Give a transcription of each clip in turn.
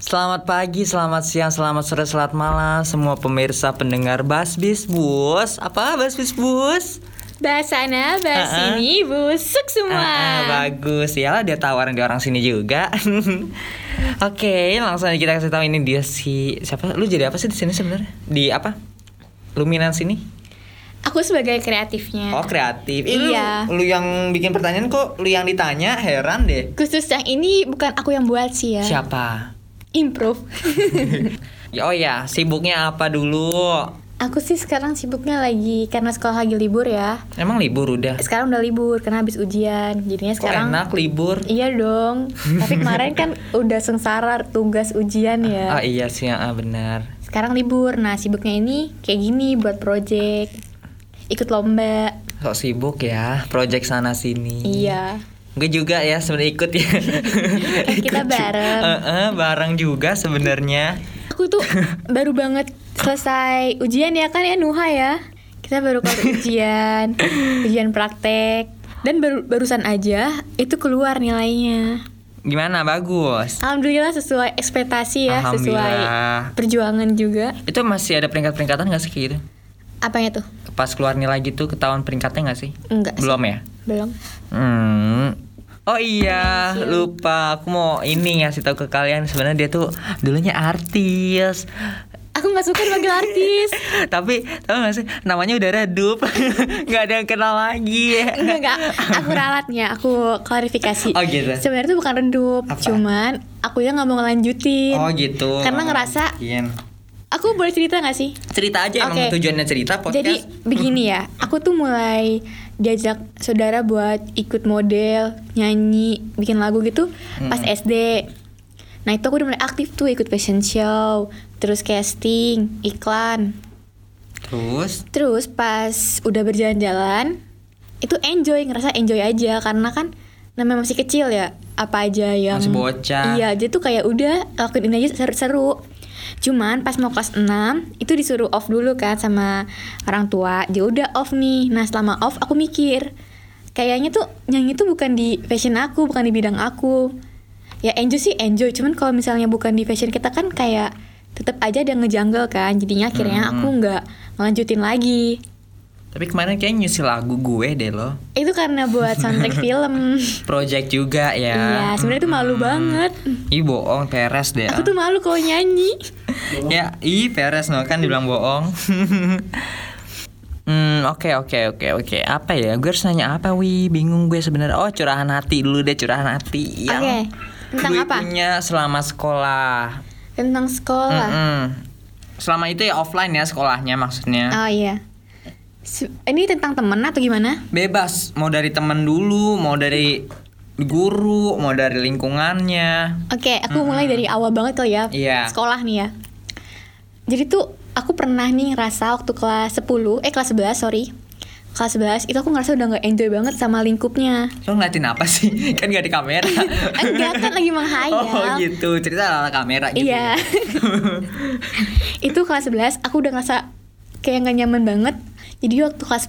Selamat pagi, selamat siang, selamat sore, selamat malam Semua pemirsa pendengar Basbis Bus Apa Basbis Bus? Bahas sana, Ah, bahas ah. sini, busuk semua. Ah, ah, bagus ya dia tawaran di orang sini juga Oke, langsung aja kita kasih tahu ini dia si Siapa? Lu jadi apa sih di sini sebenarnya? Di apa? Luminan sini? Aku sebagai kreatifnya. Oh kreatif Ih, lu- Iya. Lu, yang bikin pertanyaan kok lu yang ditanya heran deh Khusus yang ini bukan aku yang buat sih ya. Siapa? Improve. Ya, Oh ya, sibuknya apa dulu? aku sih sekarang sibuknya lagi karena sekolah lagi libur ya. Emang libur udah? Sekarang udah libur karena habis ujian. Kok Jadinya sekarang enak libur? Iya dong. Tapi kemarin kan udah sengsara tugas ujian Ah ya. iya sih, ah, benar. Sekarang libur. Nah, sibuknya ini kayak gini buat project. Ikut lomba. Sok sibuk ya, project sana sini. Iya. Gue juga ya sebenarnya ikut ya. Kan kita ju- bareng. Eh, eh, bareng juga sebenarnya. Aku tuh baru banget selesai ujian ya kan ya Nuha ya. Kita baru kelar ujian, ujian praktek. Dan baru barusan aja itu keluar nilainya. Gimana bagus? Alhamdulillah sesuai ekspektasi ya, sesuai Alhamdulillah. perjuangan juga. Itu masih ada peringkat-peringkatan nggak sih kayak gitu? Apanya tuh? Pas keluar nilai gitu ketahuan peringkatnya nggak sih? Enggak sih. Belum ya? Belum. Hmm. Oh iya, lupa. Aku mau ini ngasih tahu ke kalian sebenarnya dia tuh dulunya artis. Aku nggak suka dipanggil artis. Tapi tau gak sih namanya udah redup nggak ada yang kenal lagi Enggak, enggak. Aku ralatnya, aku klarifikasi. Oh, gitu. Sebenarnya itu bukan redup, Apa? cuman aku ya nggak mau ngelanjutin. Oh gitu Karena ngerasa, Iya. aku boleh cerita nggak sih? Cerita aja emang Oke. tujuannya cerita podcast Jadi begini ya, aku tuh mulai diajak saudara buat ikut model, nyanyi, bikin lagu gitu pas Hmm. SD. Nah itu aku udah mulai aktif tuh ikut fashion show, terus casting, iklan. Terus Terus pas udah berjalan-jalan, itu enjoy, ngerasa enjoy aja karena kan namanya masih kecil ya, apa aja yang Masih bocah. Iya, dia tuh kayak udah lakuin ini aja seru-seru. Cuman pas mau kelas 6 itu disuruh off dulu kan sama orang tua. Dia udah off nih. Nah, selama off aku mikir kayaknya tuh nyanyi tuh bukan di fashion aku, bukan di bidang aku. Ya enjoy sih enjoy, cuman kalau misalnya bukan di fashion kita kan kayak tetap aja ada ngejanggal kan. Jadinya Hmm, akhirnya aku nggak ngelanjutin lagi. Tapi kemarin kayak nyusul lagu gue deh lo Itu karena buat soundtrack film. Project juga ya Hmm. Iya, sebenarnya tuh malu banget. Ih bohong peres deh Aku tuh malu kalau nyanyi. Ya ih peres no kan dibilang bohong Hmm, oke oke oke oke. Apa ya? Gue harus nanya apa, Wi? Bingung gue sebenarnya. Oh, curahan hati dulu deh, curahan hati Iya. yang Oke, tentang Ya gue apa? punya selama sekolah. Tentang sekolah. Mm-mm. Selama itu ya offline ya sekolahnya maksudnya. Oh iya. Se- Ini tentang temen atau gimana? Bebas, mau dari temen dulu, mau dari guru, mau dari lingkungannya. Oke, aku mulai dari awal banget kali ya. Iya. Sekolah nih ya. Jadi tuh aku pernah nih ngerasa waktu kelas 10, eh kelas 11, sorry. Kelas 11 itu aku ngerasa udah nggak enjoy banget sama lingkupnya. Lo ngeliatin apa sih? kan gak di kamera. Enggak kan lagi menghayal. Oh gitu, cerita ala kamera gitu. ya. Iya. itu kelas 11 aku udah ngerasa kayak nggak nyaman banget. Jadi waktu kelas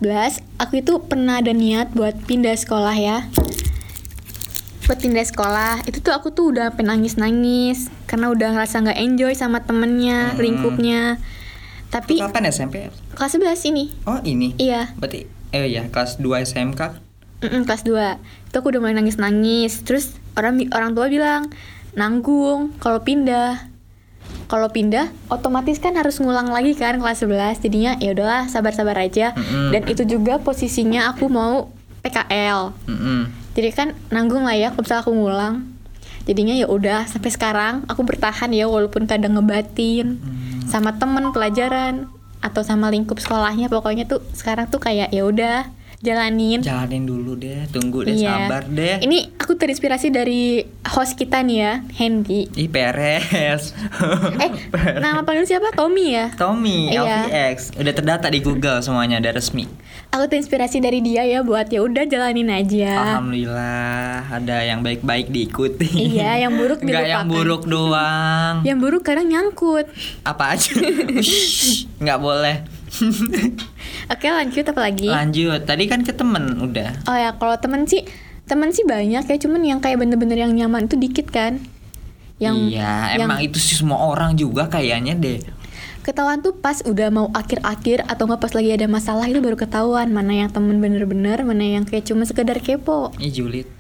11 aku itu pernah ada niat buat pindah sekolah ya. Buat pindah sekolah itu tuh aku tuh udah penangis nangis karena udah ngerasa nggak enjoy sama temennya lingkupnya. Tapi Kapan SMP? kelas 11 ini, Oh ini. iya. Berarti eh ya kelas 2 SMK. Mm-mm, kelas 2 Itu aku udah mulai nangis-nangis Terus orang orang tua bilang Nanggung kalau pindah Kalau pindah otomatis kan harus ngulang lagi kan kelas 11 Jadinya ya udahlah sabar-sabar aja Mm-mm. Dan itu juga posisinya aku mau PKL Mm-mm. Jadi kan nanggung lah ya kalau misalnya aku ngulang Jadinya ya udah sampai sekarang aku bertahan ya walaupun kadang ngebatin sama temen pelajaran atau sama lingkup sekolahnya pokoknya tuh sekarang tuh kayak ya udah jalanin Jalanin dulu deh, tunggu deh, Iya. sabar deh. Ini aku terinspirasi dari host kita nih ya, Hendy. Ih peres. Eh, nama panggilan siapa? Tommy ya. Tommy, Iya. LVX, udah terdata di Google semuanya, udah resmi. Aku terinspirasi dari dia ya buat ya udah jalanin aja. Alhamdulillah ada yang baik-baik diikuti. Iya, yang buruk Enggak yang dilupakan. Iya. buruk doang. Yang buruk kadang nyangkut. Apa aja? Ush, Nggak boleh. Oke, lanjut apa lagi? Lanjut. Tadi kan ke temen udah. Oh ya, kalau temen sih temen sih banyak ya, cuman yang kayak bener-bener yang nyaman itu dikit kan. yang iya, yang emang itu sih semua orang juga kayaknya deh. ketahuan tuh pas udah mau akhir-akhir atau nggak pas lagi ada masalah itu baru ketahuan mana yang temen bener-bener mana yang kayak cuma sekedar kepo Ini julid.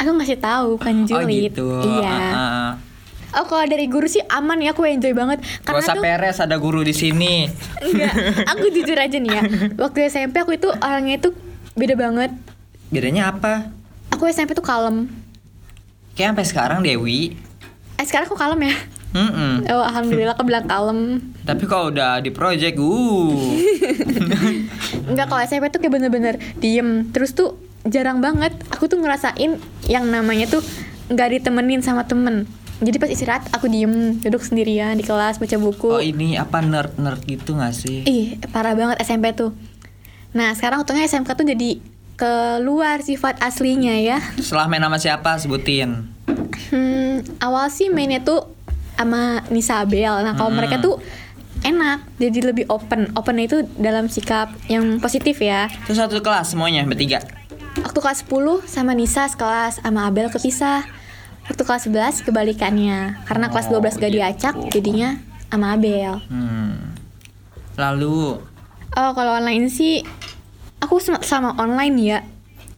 aku ngasih tahu Oh kan julid gitu. iya Heeh. oh kalau dari guru sih aman ya aku enjoy banget Gak karena usah tuh peres ada guru di sini. enggak aku jujur aja nih ya waktu SMP aku itu orangnya itu beda banget Bedanya apa? aku SMP tuh kalem Kayak sampai sekarang Dewi. eh sekarang aku kalem ya Mm-mm. oh alhamdulillah kebelang kalem Tapi kalau udah di project, uh. Enggak kalau SMP tuh kayak bener-bener diem Terus tuh jarang banget Aku tuh ngerasain yang namanya tuh nggak ditemenin sama temen Jadi pas istirahat aku diem Duduk sendirian di kelas baca buku Oh ini apa nerd nerd gitu gak sih? Ih parah banget SMP tuh Nah sekarang untungnya SMK tuh jadi keluar sifat aslinya ya Setelah main sama siapa sebutin? Hmm, awal sih mainnya tuh sama Nisabel. Nah, kalau Hmm. mereka tuh enak, jadi lebih open. Opennya itu dalam sikap yang positif ya. Terus satu kelas semuanya bertiga. Waktu kelas 10 sama Nisa sekelas, sama Abel kepisah. Waktu kelas 11 kebalikannya. Karena kelas Oh, 12 gak gitu. diacak, jadinya sama Abel. Hmm. Lalu Oh, kalau online sih aku sama- sama online ya.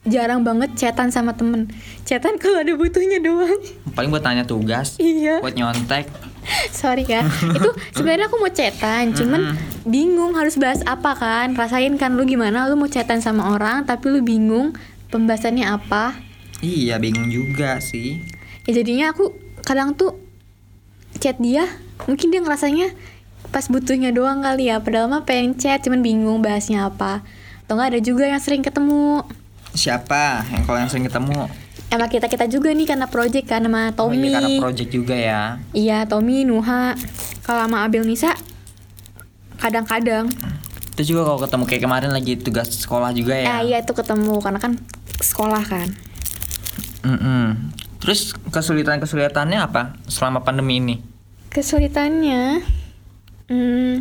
Jarang banget chatan sama temen. Chatan kalau ada butuhnya doang. paling buat tanya tugas, iya. buat nyontek. Sorry ya. Itu sebenarnya aku mau cetan, cuman bingung harus bahas apa kan. Rasain kan lu gimana lu mau cetan sama orang tapi lu bingung pembahasannya apa. Iya bingung juga sih. Ya jadinya aku kadang tuh chat dia, mungkin dia ngerasanya pas butuhnya doang kali ya. Padahal mah pengen chat cuman bingung bahasnya apa. Atau nggak ada juga yang sering ketemu. Siapa yang kalau yang sering ketemu? Emang kita kita juga nih karena project kan sama Oh, Tommy. ini karena project juga ya. iya Tommy, Nuha. Kalau sama Abel Nisa kadang-kadang Terus juga kalau ketemu kayak kemarin lagi tugas sekolah juga ya. Ah iya itu ketemu karena kan sekolah kan. Mm-mm. Terus kesulitan kesulitannya apa selama pandemi ini? Kesulitannya, hmm,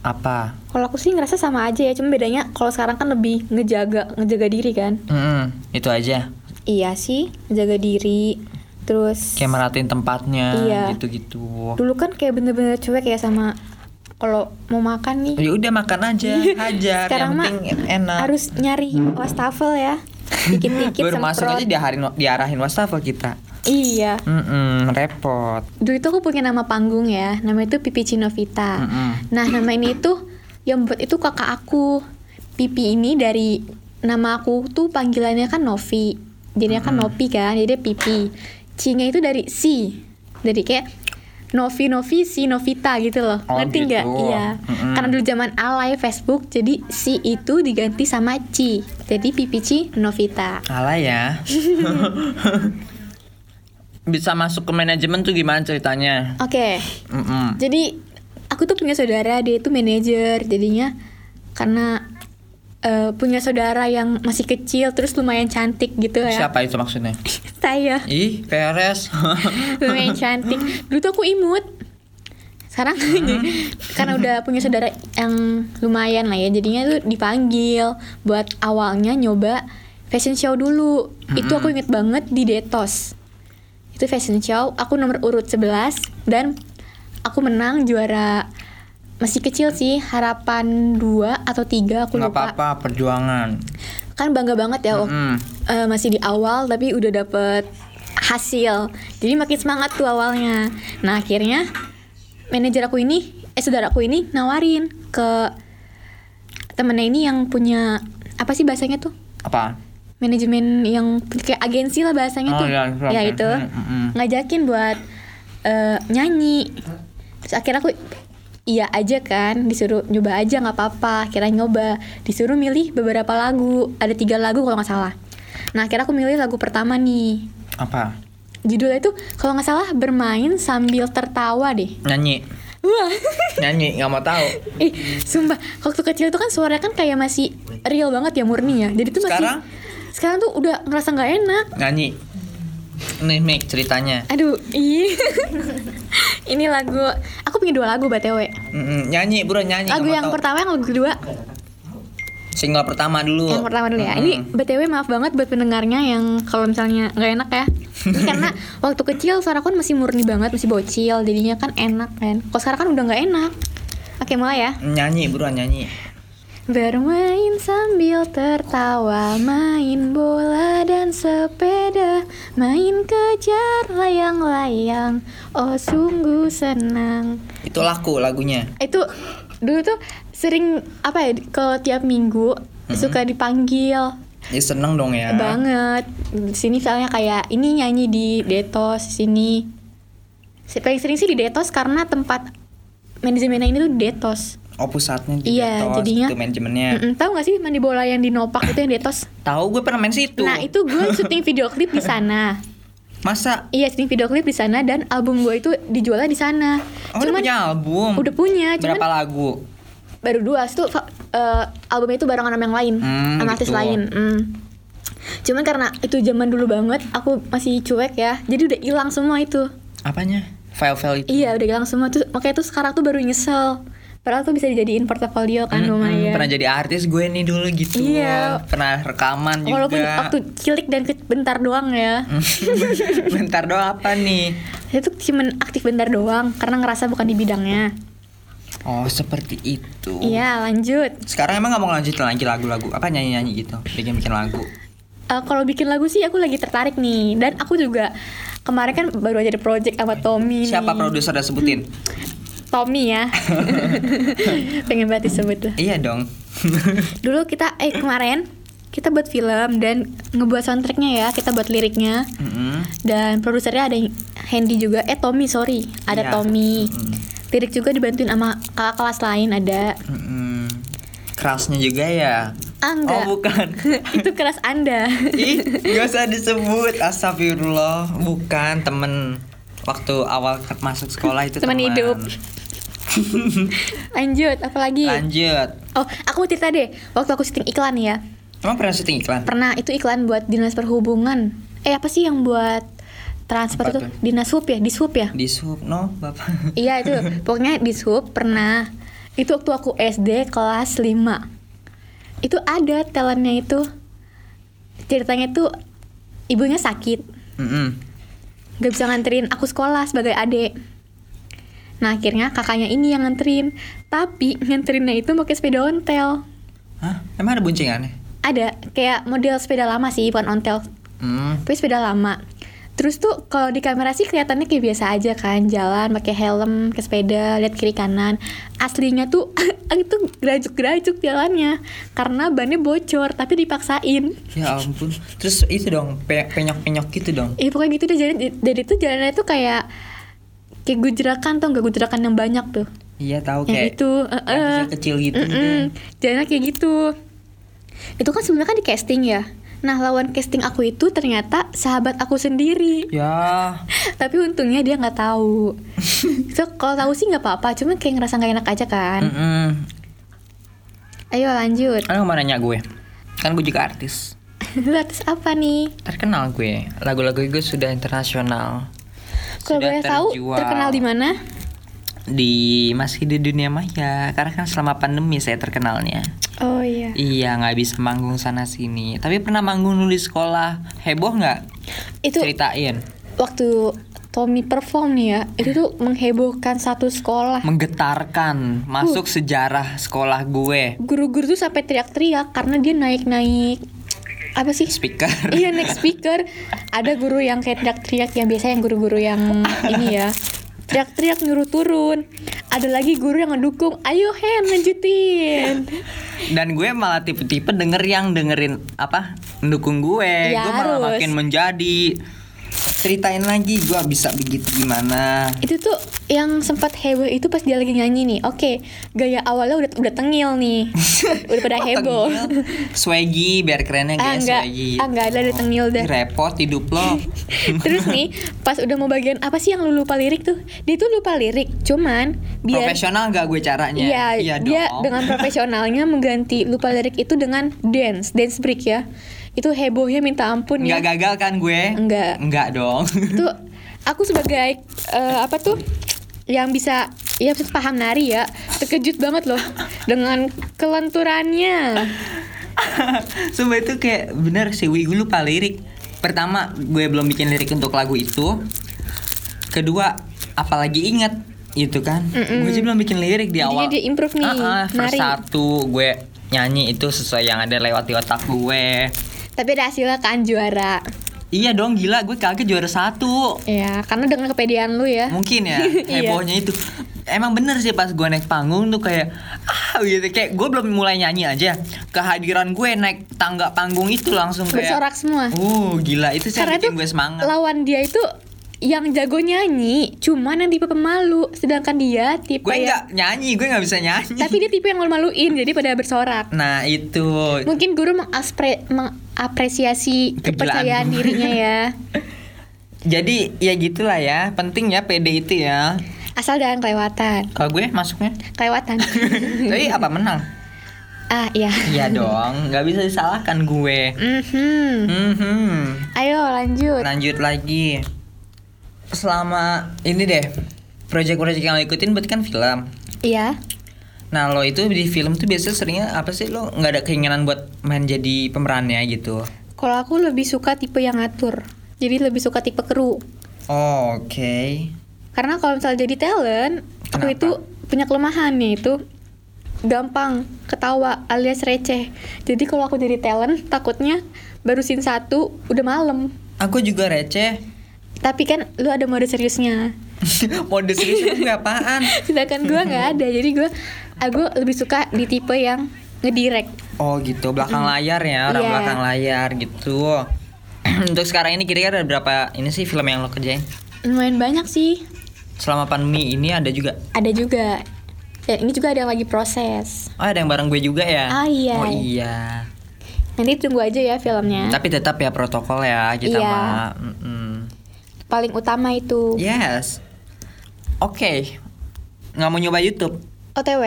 Apa? kalau aku sih ngerasa sama aja ya, cuma bedanya kalau sekarang kan lebih ngejaga ngejaga diri kan. Mm-mm, Itu aja. Iya sih, ngejaga diri. Terus Kayak merhatiin tempatnya Iya. gitu-gitu. dulu kan kayak bener-bener cuek ya sama kalau mau makan nih Ya udah makan aja, hajar yang Sekarang mah penting enak. Hmm. harus nyari wastafel ya. Dikit-dikit Baru masuk aja semprot. diarahin diarahin wastafel kita. Iya. Mm-mm, repot. Dulu itu aku punya nama panggung ya, nama itu Pipi Cinovita. Mm-mm. Nah, nama ini itu yang buat itu kakak aku. Pipi ini dari nama aku tuh panggilannya kan Novi. Jadinya kan Novi kan, jadi dia Pipi. C-nya itu dari si. Jadi kayak Novi Novi si Novita gitu loh. Oh, Ngerti gitu. nggak? Iya. Mm-mm. Karena dulu zaman alay Facebook, jadi si itu diganti sama Ci. Jadi Pipi Ci Novita. Alah ya. Bisa masuk ke manajemen tuh gimana ceritanya? Oke. Mm-mm. Jadi aku tuh punya saudara dia itu manajer jadinya karena eh, punya saudara yang masih kecil terus lumayan cantik gitu ya. Siapa itu maksudnya? Saya Ih, peres. lumayan cantik. Dulu tuh aku imut. Sekarang karena udah punya saudara yang lumayan lah ya jadinya tuh dipanggil buat awalnya nyoba fashion show dulu. Itu aku inget banget di Detos. Itu fashion show aku nomor urut 11 dan aku menang juara masih kecil sih harapan 2 atau 3 aku Nggak lupa. apa-apa, perjuangan. Kan bangga banget ya waktu Mm. eh, masih di awal tapi udah dapet hasil jadi makin semangat tuh awalnya nah akhirnya manajer aku ini eh saudaraku ini nawarin ke temennya ini yang punya apa sih bahasanya tuh Apa? manajemen yang kayak agensi lah bahasanya Oh, tuh iya, iya, ya oke. itu Mm, mm, mm. ngajakin buat eh, nyanyi terus akhirnya aku iya aja kan disuruh nyoba aja nggak apa-apa akhirnya nyoba disuruh milih beberapa lagu ada tiga lagu kalau nggak salah nah akhirnya aku milih lagu pertama nih Apa? judulnya itu kalau nggak salah bermain sambil tertawa deh Nyanyi. wah Nyanyi, nggak mau tahu. ih sumpah waktu kecil tuh kan suaranya kan kayak masih real banget ya murni ya jadi tuh masih Sekarang? sekarang tuh udah ngerasa nggak enak Nyanyi. Nih, Mik, ceritanya. Aduh, ih. ini lagu aku punya dua lagu BTW. Mm-mm, Nyanyi, bro, nyanyi. Lagu nggak mau yang tahu. pertama yang lagu kedua. Single pertama dulu. Yang pertama dulu ya. Iya. Mm-mm. Ini btw maaf banget buat pendengarnya yang kalau misalnya nggak enak ya. Ini karena waktu kecil suaraku kan masih murni banget, masih bocil, jadinya kan enak kan. Kalau sekarang kan udah nggak enak. Oke mulai ya. nyanyi buruan nyanyi. Bermain sambil tertawa, main bola dan sepeda, main kejar layang-layang. Oh sungguh senang. Itu laku lagunya. itu dulu tuh sering apa ya kalau tiap minggu suka dipanggil Ya seneng dong Mm-hmm. ya. banget di sini misalnya kayak ini nyanyi di Detos sini Se- paling sering sih di Detos karena tempat manajemennya ini tuh di Detos Oh pusatnya di iya Detos, jadinya itu gitu manajemennya. Mm-mm, tahu nggak sih mandi bola yang di Nopak itu yang di Detos Tahu gue pernah main situ. nah itu gue syuting video klip di sana Masa iya syuting video klip di sana dan album gue itu dijualnya di sana oh, udah punya album. udah punya cuman Berapa lagu? baru dua itu eh albumnya itu barengan sama yang lain Hmm, sama artis gitu. lain hmm. cuman karena itu zaman dulu banget aku masih cuek ya jadi udah hilang semua itu Apanya? File-file itu. iya udah hilang semua tuh makanya tuh sekarang tuh baru nyesel padahal tuh bisa dijadiin portofolio kan Mm-mm, lumayan Hmm, pernah jadi artis gue nih dulu gitu. Iya. Pernah rekaman juga. Hmm. walaupun waktu cilik dan ke- bentar doang ya Bentar doang apa nih? saya tuh cuman aktif bentar doang karena ngerasa bukan di bidangnya Oh seperti itu. iya lanjut Sekarang emang nggak mau lanjutin lagi lagu-lagu apa nyanyi-nyanyi gitu, bikin-bikin lagu. Eh, kalau bikin lagu sih aku lagi tertarik nih dan aku juga kemarin kan baru aja ada project sama Tommy Siapa nih. produser udah sebutin? Tommy ya pengen banget disebut tuh Iya dong. dulu kita eh kemarin kita buat film dan ngebuat soundtracknya ya kita buat liriknya Mm-mm. dan produsernya ada Handy juga eh Tommy sorry ada Iya. Tommy Mm-mm. lirik juga dibantuin sama kakak kelas lain ada Mm-mm. Kerasnya juga ya? Ah, enggak. Oh bukan. itu kelas anda Ih, gak usah disebut. Astagfirullah, bukan temen waktu awal ke- masuk sekolah itu Teman hidup. Iya. lanjut apalagi Lanjut. oh aku mau cerita deh waktu aku syuting iklan ya Emang pernah syuting iklan? pernah itu iklan buat dinas perhubungan eh apa sih yang buat Apa transport itu tuh? dinas hub ya di hub ya Di sub, no, bapak. Iya itu pokoknya di sub pernah itu waktu aku SD kelas 5 itu ada talentnya itu ceritanya itu ibunya sakit Mm-mm. gak bisa nganterin aku sekolah sebagai adik nah akhirnya kakaknya ini yang nganterin tapi nganterinnya itu pakai sepeda ontel Hah? Emang ada buncingannya? ada kayak model sepeda lama sih bukan ontel Hmm. tapi sepeda lama terus tuh kalau di kamera sih kelihatannya kayak biasa aja kan jalan pakai helm ke sepeda lihat kiri kanan aslinya tuh itu gerajuk gerajuk jalannya karena bannya bocor tapi dipaksain Ya ampun. Terus itu dong, pe- penyok-penyok gitu dong. Iya pokoknya gitu deh jadi jadi tuh jalannya tuh kayak kayak gujerakan tuh nggak gujerakan yang banyak tuh Iya tahu yang kayak. itu eh, yang eh. kecil- kecil gitu. Mm-mm, deh. jalannya kayak gitu itu kan sebenarnya kan di casting ya nah lawan casting aku itu ternyata sahabat aku sendiri Ya. tapi untungnya dia nggak tahu so kalau tahu sih nggak apa-apa cuman kayak ngerasa nggak enak aja kan Mm-mm. ayo lanjut Kan mau nanya gue. Kan gue juga artis. Lu artis apa nih Terkenal gue. Lagu-lagu gue sudah internasional. kalau Sudah boleh tahu terjual. terkenal di mana Di masih di dunia maya. Karena kan selama pandemi saya terkenalnya. oh iya Iya nggak bisa manggung sana sini. Tapi pernah manggung dulu di sekolah. Heboh nggak? itu Ceritain. waktu Tommy perform nih ya itu tuh Hmm. menghebohkan satu sekolah Menggetarkan. Masuk sejarah sekolah gue. guru-guru tuh sampai teriak-teriak karena dia naik-naik apa sih Speaker. iya next speaker ada guru yang kayak teriak-teriak yang biasa yang guru-guru yang ini ya teriak-teriak nyuruh turun ada lagi guru yang ngedukung ayo hen lanjutin Dan gue malah tipe-tipe denger yang dengerin apa mendukung gue. Ya, gue malah harus. makin menjadi. Ceritain lagi gue bisa begitu gimana. itu tuh yang sempat heboh itu pas dia lagi nyanyi nih oke gaya awalnya udah udah tengil nih udah pada Oh, heboh Tengil. Swaggy biar kerennya Ah, guys, enggak. swaggy. Ah, enggak ada, ada tengil dah. Ih, Repot hidup lo. terus nih pas udah mau bagian apa sih yang lu lupa lirik tuh dia tuh lupa lirik cuman biar Profesional gak gue caranya? Iya, dia dong. dengan profesionalnya mengganti lupa lirik itu dengan dance, dance break ya. Itu hebohnya minta ampun Nggak ya. gagal kan gue? Enggak. Enggak dong. Itu aku sebagai eh, apa tuh yang bisa ya paham nari ya, terkejut banget loh dengan kelenturannya. Sumpah itu kayak bener sih Wi gue lupa lirik Pertama gue belum bikin lirik untuk lagu itu Kedua apalagi ingat gitu kan Gue juga belum bikin lirik di Jadinya awal dia improve nih, Ah, ah, Verse nari. satu gue nyanyi itu sesuai yang ada lewat di otak gue Tapi ada hasilnya kan juara. Iya dong gila gue kaget juara satu Ya, karena dengan kepedean lu ya. Mungkin ya Iya. hebohnya itu Emang bener sih pas gue naik panggung tuh kayak ah gitu kayak gue belum mulai nyanyi aja kehadiran gue naik tangga panggung itu langsung kayak Bersorak semua. Uh, gila itu sih yang karena itu bikin gue semangat. lawan dia itu yang jago nyanyi, cuman yang tipe pemalu, sedangkan dia tipe Gue yang nggak nyanyi, gue nggak bisa nyanyi. tapi dia tipe yang malu-maluin, jadi pada bersorak. Nah itu Mungkin guru mengapre- mengapresiasi Kegilaan. kepercayaan dirinya ya. jadi ya gitulah ya. Penting ya PD itu ya. Asal jangan kelewatan. Kalau gue masuknya. Kelewatan. Tapi apa menang? ah, iya. Iya dong, nggak bisa disalahkan gue. Mhm. Mhm. Ayo lanjut. Lanjut lagi. Selama ini deh, project-project yang lo ikutin berarti kan film. Iya. Nah lo itu di film tuh biasanya seringnya apa sih lo nggak ada keinginan buat main jadi pemerannya gitu? Kalau aku lebih suka tipe yang ngatur. Jadi lebih suka tipe kru. Oh, Oke. Karena kalau misalnya jadi talent, aku Kenapa? itu punya kelemahan nih itu gampang ketawa alias receh. Jadi kalau aku jadi talent, takutnya baru scene satu udah malam. Aku juga receh. Tapi kan lu ada mode seriusnya. Mode serius itu gue apaan? Sedangkan gua nggak ada. Jadi gua aku lebih suka di tipe yang ngedirect. Oh gitu, belakang layar ya, orang Iya. belakang layar gitu. Untuk sekarang ini kira-kira ada berapa ini sih film yang lo kerjain? Lumayan banyak sih. Selama pandemi ini ada juga. Ada juga. Ya, ini juga ada yang lagi proses. Oh ada yang bareng gue juga ya? Ah, iya. Oh iya. Nanti tunggu aja ya filmnya. Tapi tetap ya protokol ya kita Iya. mah. Mm-mm. Paling utama itu Iya. Yes. Oke. Nggak mau nyoba YouTube? OTW.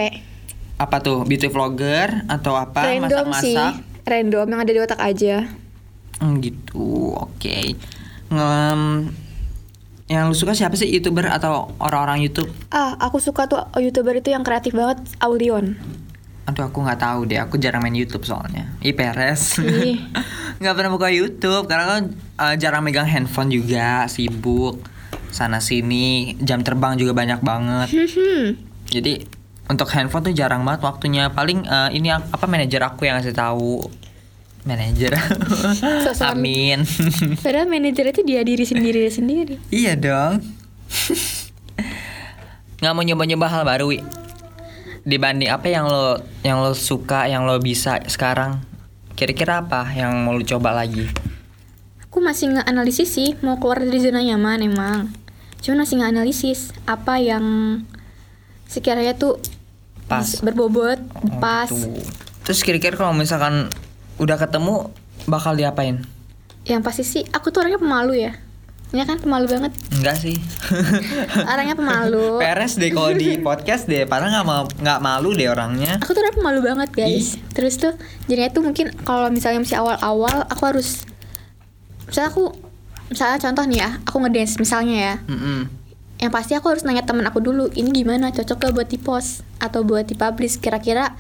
Apa tuh beauty vlogger atau apa? random Masak-masak? sih random yang ada di otak aja Hmm, gitu, oke. Ngem- yang lu suka siapa sih youtuber atau orang-orang YouTube? ah aku suka tuh youtuber itu yang kreatif banget Aulion Aduh aku nggak tahu deh, aku jarang main YouTube soalnya. Ih peres. Ih. Nggak pernah buka YouTube karena kan eh, jarang megang handphone juga, sibuk sana sini, jam terbang juga banyak banget. Jadi untuk handphone tuh jarang banget waktunya. Paling eh, ini ak- apa manajer aku yang ngasih tahu. Manajer. Sosokan. Amin. padahal manajer itu dia diri sendiri sendiri Iya dong. nggak mau nyoba-nyoba hal baru, Wi. Dibanding apa yang lo yang lo suka, yang lo bisa sekarang? Kira-kira apa yang mau lo coba lagi? aku masih nggak analisis sih mau keluar dari zona nyaman emang cuman masih nggak analisis apa yang sekiranya tuh Pas. gitu. bisa- berbobot pas Tuh. Terus kira-kira kalau misalkan udah ketemu bakal diapain? yang pasti sih aku tuh orangnya pemalu ya ya kan pemalu banget Enggak sih. orangnya pemalu Peres deh kalau di podcast deh, padahal nggak mau nggak malu deh orangnya. aku tuh orangnya pemalu banget guys terus tuh jadinya tuh mungkin kalau misalnya masih awal-awal aku harus misalnya aku misalnya contoh nih ya aku ngedance misalnya ya Mm-mm. yang pasti aku harus nanya teman aku dulu ini gimana cocok gak buat di post atau buat di publish kira-kira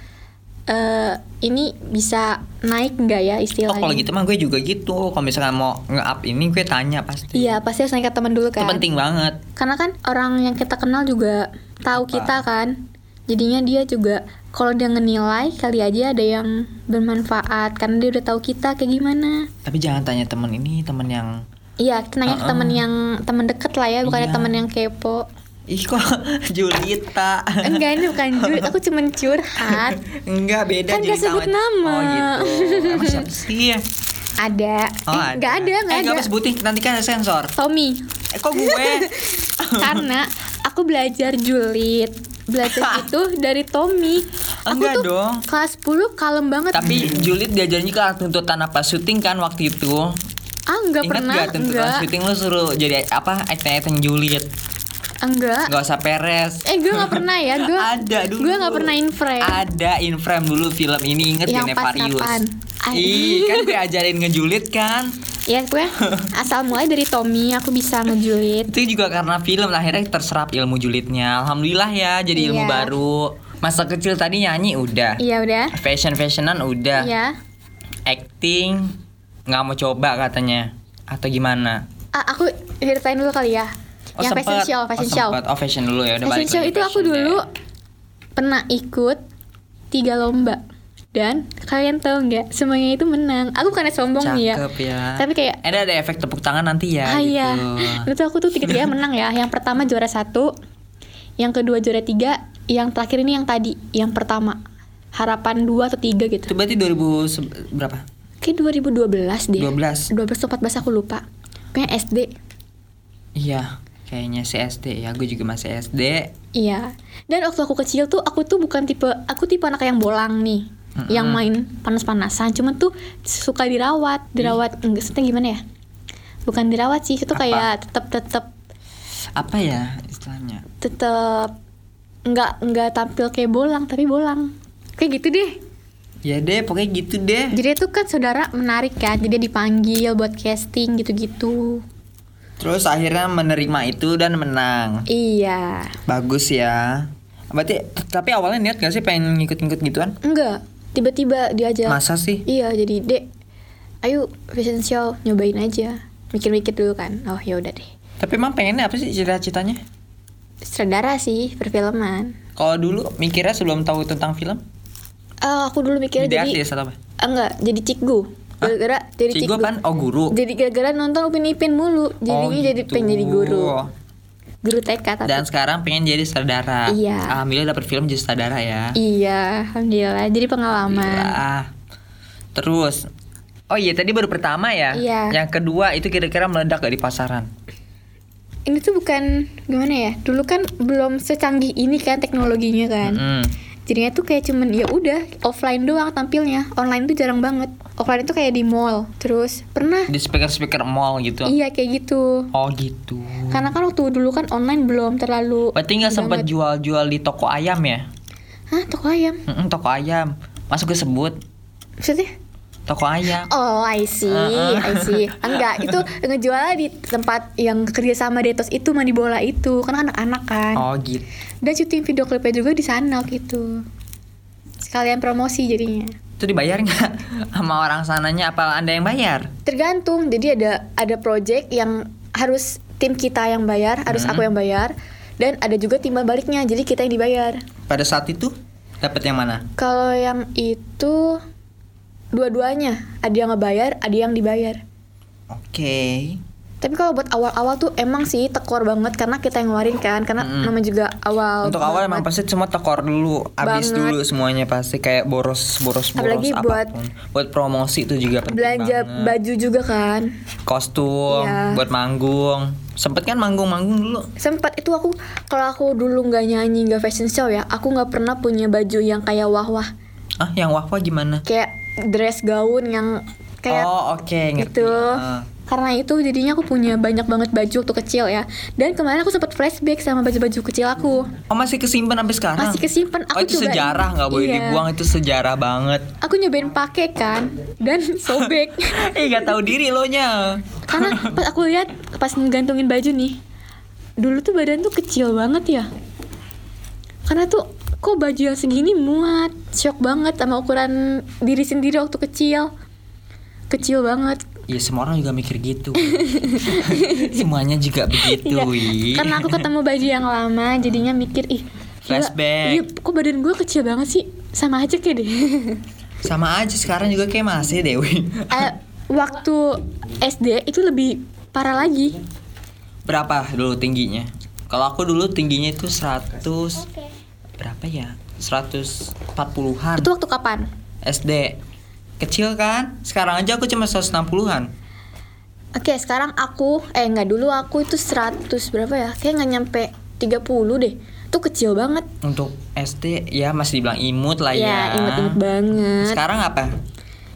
eh ini bisa naik nggak ya Oh istilahnya kalau gitu mah gue juga gitu. Kalau misalkan mau nge-up ini gue tanya pasti. iya pasti harus nanya ke teman dulu Itu kan penting banget. karena kan orang yang kita kenal juga tahu kita kan jadinya dia juga kalau dia ngenilai kali aja ada yang bermanfaat karena dia udah tahu kita kayak gimana Tapi jangan tanya temen ini, temen yang iya kita nanya ke teman yang teman deket lah ya bukannya Iya. teman yang kepo Ih kok Julita enggak ini bukan curhat aku cuman curhat Enggak beda Kan nggak Julita sebut sama- nama. Oh gitu Emang siapa sih ada Oh, eh, nggak ada nggak Eh nggak ada apa sebutin Nanti kan ada sensor Tommy Eh kok gue karena aku belajar julid belajar itu dari Tommy aku Enggak tuh dong. kelas 10 kalem banget Tapi Julit diajarnya ke tuntutan apa syuting kan waktu itu ah nggak Ingat pernah nggak tuntutan enggak syuting lu suruh jadi apa acting-acting Julit enggak Gak usah peres Ah. Eh gue gak pernah ya gue Ada dulu Gue gak pernah in frame Ada in frame dulu film ini Ingat Yang ya pas Nefarius kapan? Ah. Ih kan gue ajarin ngejulit kan Ya gue asal mulai dari Tommy Aku bisa ngejulit Itu juga karena film akhirnya terserap ilmu julidnya. Alhamdulillah ya jadi ilmu Iya. baru. Masa kecil tadi nyanyi udah. Iya udah Fashion-fashionan udah. Iya acting nggak mau coba katanya atau gimana Ah, aku ceritain dulu kali ya. oh yang fashion sempet. show, fashion oh, show. sempet. oh fashion dulu ya udah Fashion balik show lagi itu aku fashion deh. dulu pernah ikut tiga lomba dan kalian tahu nggak semuanya itu menang. Aku bukan sombong nih ya. cakep ya Tapi kayak ada ada efek tepuk tangan nanti ya ah iya, gitu itu aku tuh tiga-tiga menang ya. Yang pertama juara satu, yang kedua juara tiga, yang terakhir ini yang tadi, yang pertama harapan dua atau tiga itu gitu. berarti 2000 se- berapa Kayak 2012 deh. 12 12 atau 14 aku lupa. Kayaknya SD. iya kayaknya CSD ya gue juga masih SD Iya. Dan waktu aku kecil tuh aku tuh bukan tipe aku tipe anak yang bolang nih. Mm-mm. Yang main panas-panasan, cuman tuh suka dirawat, dirawat enggak maksudnya gimana ya? Bukan dirawat sih, itu Apa? kayak tetap tetap apa ya istilahnya tetap nggak nggak tampil kayak bolang tapi bolang. Kayak gitu deh. ya deh pokoknya gitu deh Jadi itu kan saudara menarik kan, jadi dia dipanggil buat casting gitu-gitu. terus akhirnya menerima itu dan menang Iya. bagus ya berarti tapi awalnya niat gak sih pengen ngikut-ngikut gituan Enggak, tiba-tiba diajak masa sih Iya, jadi Dek, ayo fashion show nyobain aja. Mikir-mikir dulu kan. Oh, ya udah deh. tapi emang pengennya apa sih cita-citanya Sutradara sih perfilman. kalau dulu mikirnya sebelum tahu tentang film Eh, aku dulu mikirnya jadi jadi artis atau apa enggak, jadi cikgu. Gara-gara jadi Cikgu cikgu. apaan? oh guru Jadi gara-gara nonton Upin Ipin mulu, jadinya jadi gitu. pengen jadi guru. Guru TK tapi. dan sekarang pengen jadi saudara Iya. alhamdulillah dapet film jadi saudara ya Iya, alhamdulillah. Jadi pengalaman. Alhamdulillah. terus oh iya tadi baru pertama ya Iya. yang kedua itu kira-kira meledak gak di pasaran Ini tuh bukan gimana ya? Dulu kan belum secanggih ini kan teknologinya kan. Mm-mm. jadinya tuh kayak cuman ya udah offline doang tampilnya online tuh jarang banget offline tuh kayak di mall terus pernah di speaker-speaker mall gitu iya kayak gitu oh gitu karena kan waktu dulu kan online belum terlalu berarti nggak sempat banget. jual-jual di toko ayam ya hah toko ayam Mm-mm, toko ayam masuk gue sebut maksudnya toko ayam oh I see Uh-uh. I see enggak itu ngejualnya di tempat yang kerja sama Detos itu mandi bola itu karena anak-anak kan oh gitu dan syuting video klipnya juga di sana gitu sekalian promosi jadinya itu dibayar nggak sama orang sananya apa anda yang bayar Tergantung. Jadi ada ada project yang harus tim kita yang bayar, harus aku Hmm. yang bayar dan ada juga timbal baliknya. Jadi kita yang dibayar. pada saat itu dapat yang mana Kalau yang itu dua-duanya, ada yang ngebayar, ada yang dibayar. oke Tapi kalau buat awal-awal tuh emang sih tekor banget karena kita yang ngeluarin kan, karena Mm-mm. nama juga awal. Hmm. Untuk awal emang banget. pasti semua tekor dulu, habis Banget. dulu semuanya pasti kayak boros boros boros Apalagi buat- apapun. buat promosi itu juga penting belanja banget. baju juga kan. kostum, Iya. buat manggung. Sempet kan manggung-manggung dulu. Sempat itu aku kalau aku dulu nggak nyanyi nggak fashion show ya, aku nggak pernah punya baju yang kayak wah-wah. Ah, yang wah-wah gimana? kayak dress gaun yang kayak oh, oke, ngerti. gitu. Ah. Karena itu jadinya aku punya banyak banget baju waktu kecil ya. Dan kemarin aku sempat flashback sama baju-baju kecil aku. Oh, masih kesimpan sampai sekarang. Masih kesimpan. Oh, Aku itu cobain. sejarah nggak boleh Iya. dibuang, itu sejarah banget. Aku nyobain pakai kan dan sobek. Eh, gak tahu diri lo nya. Karena pas aku lihat pas ngegantungin baju nih. Dulu tuh badan tuh kecil banget ya. Karena tuh kok baju yang segini muat. Shock banget sama ukuran diri sendiri waktu kecil. Kecil banget. Ya semua orang juga mikir gitu. Semuanya juga begitu. Iya, Wi. karena aku ketemu baju yang lama jadinya mikir ih gila, Flashback. iya, kok badan gue kecil banget sih sama aja kayak deh Sama aja sekarang juga kayak masih Dewi. Eh, waktu SD itu lebih parah lagi Berapa dulu tingginya? Kalau aku dulu tingginya itu 100 berapa ya? 140-an itu waktu kapan SD. Kecil kan? Sekarang aja aku cuma 160-an. oke sekarang aku eh nggak dulu aku itu 100 berapa ya kayak nggak nyampe 30 deh itu kecil banget Untuk SD ya masih dibilang imut lah ya. ya imut-imut banget Sekarang apa?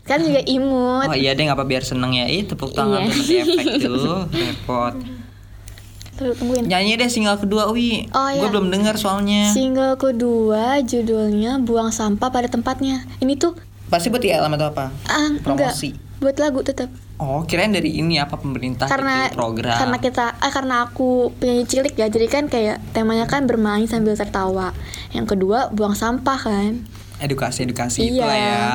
sekarang juga imut Oh iya deh nggak apa biar seneng ya. Ih tepuk tangan Iya. tuh tadi efek tuh repot. Tuh, tungguin Nyanyi deh single kedua Wi. Oh, Gue iya. belum dengar soalnya. single kedua judulnya buang sampah pada tempatnya ini tuh Pasti buat ILM atau apa? ah, enggak Promosi. buat lagu tetap Oh kirain dari ini apa pemerintah karena gitu, program. karena kita eh, karena aku penyanyi cilik ya jadi kan kayak temanya kan bermain sambil tertawa yang kedua buang sampah kan edukasi edukasi Iya. itulah ya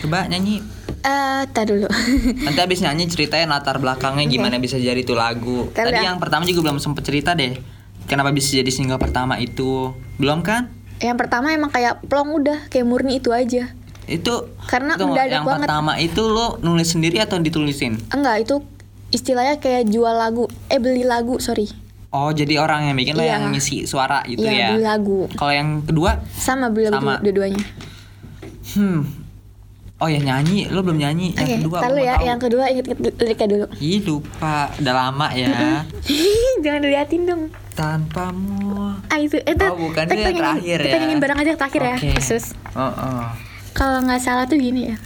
Coba nyanyi. Eh, tar dulu. Nanti abis nyanyi ceritain latar belakangnya gimana Iya. bisa jadi itu lagu. Ntar Tadi dah. yang pertama juga belum sempet cerita deh. Kenapa bisa jadi single pertama itu? Belum kan? yang pertama emang kayak plong udah kayak murni itu aja. Itu Karena tunggu, mendadak yang banget. pertama itu lo nulis sendiri atau ditulisin? Enggak, itu istilahnya kayak jual lagu, eh beli lagu, sorry. Oh, jadi orang yang bikin lo Iya. yang ngisi suara gitu Iya, beli ya. lagu. Kalau yang kedua, Sama beli lagu Sama. dua- dua-duanya. hmm. Oh ya nyanyi, lo belum nyanyi. Oke, yang kedua tar gua lu mau ya. tahu. Yang kedua inget-inget li- liriknya dulu. Ih, lupa. Udah lama ya. Jangan diliatin dong. Tanpamu. Ah itu, eh, tar- Oh, bukan tar itu kita yang nyanyiin- terakhir ya. Kita nyanyiin bareng aja terakhir ya, Oke. khusus. Oh, oh. Kalau nggak salah tuh gini ya.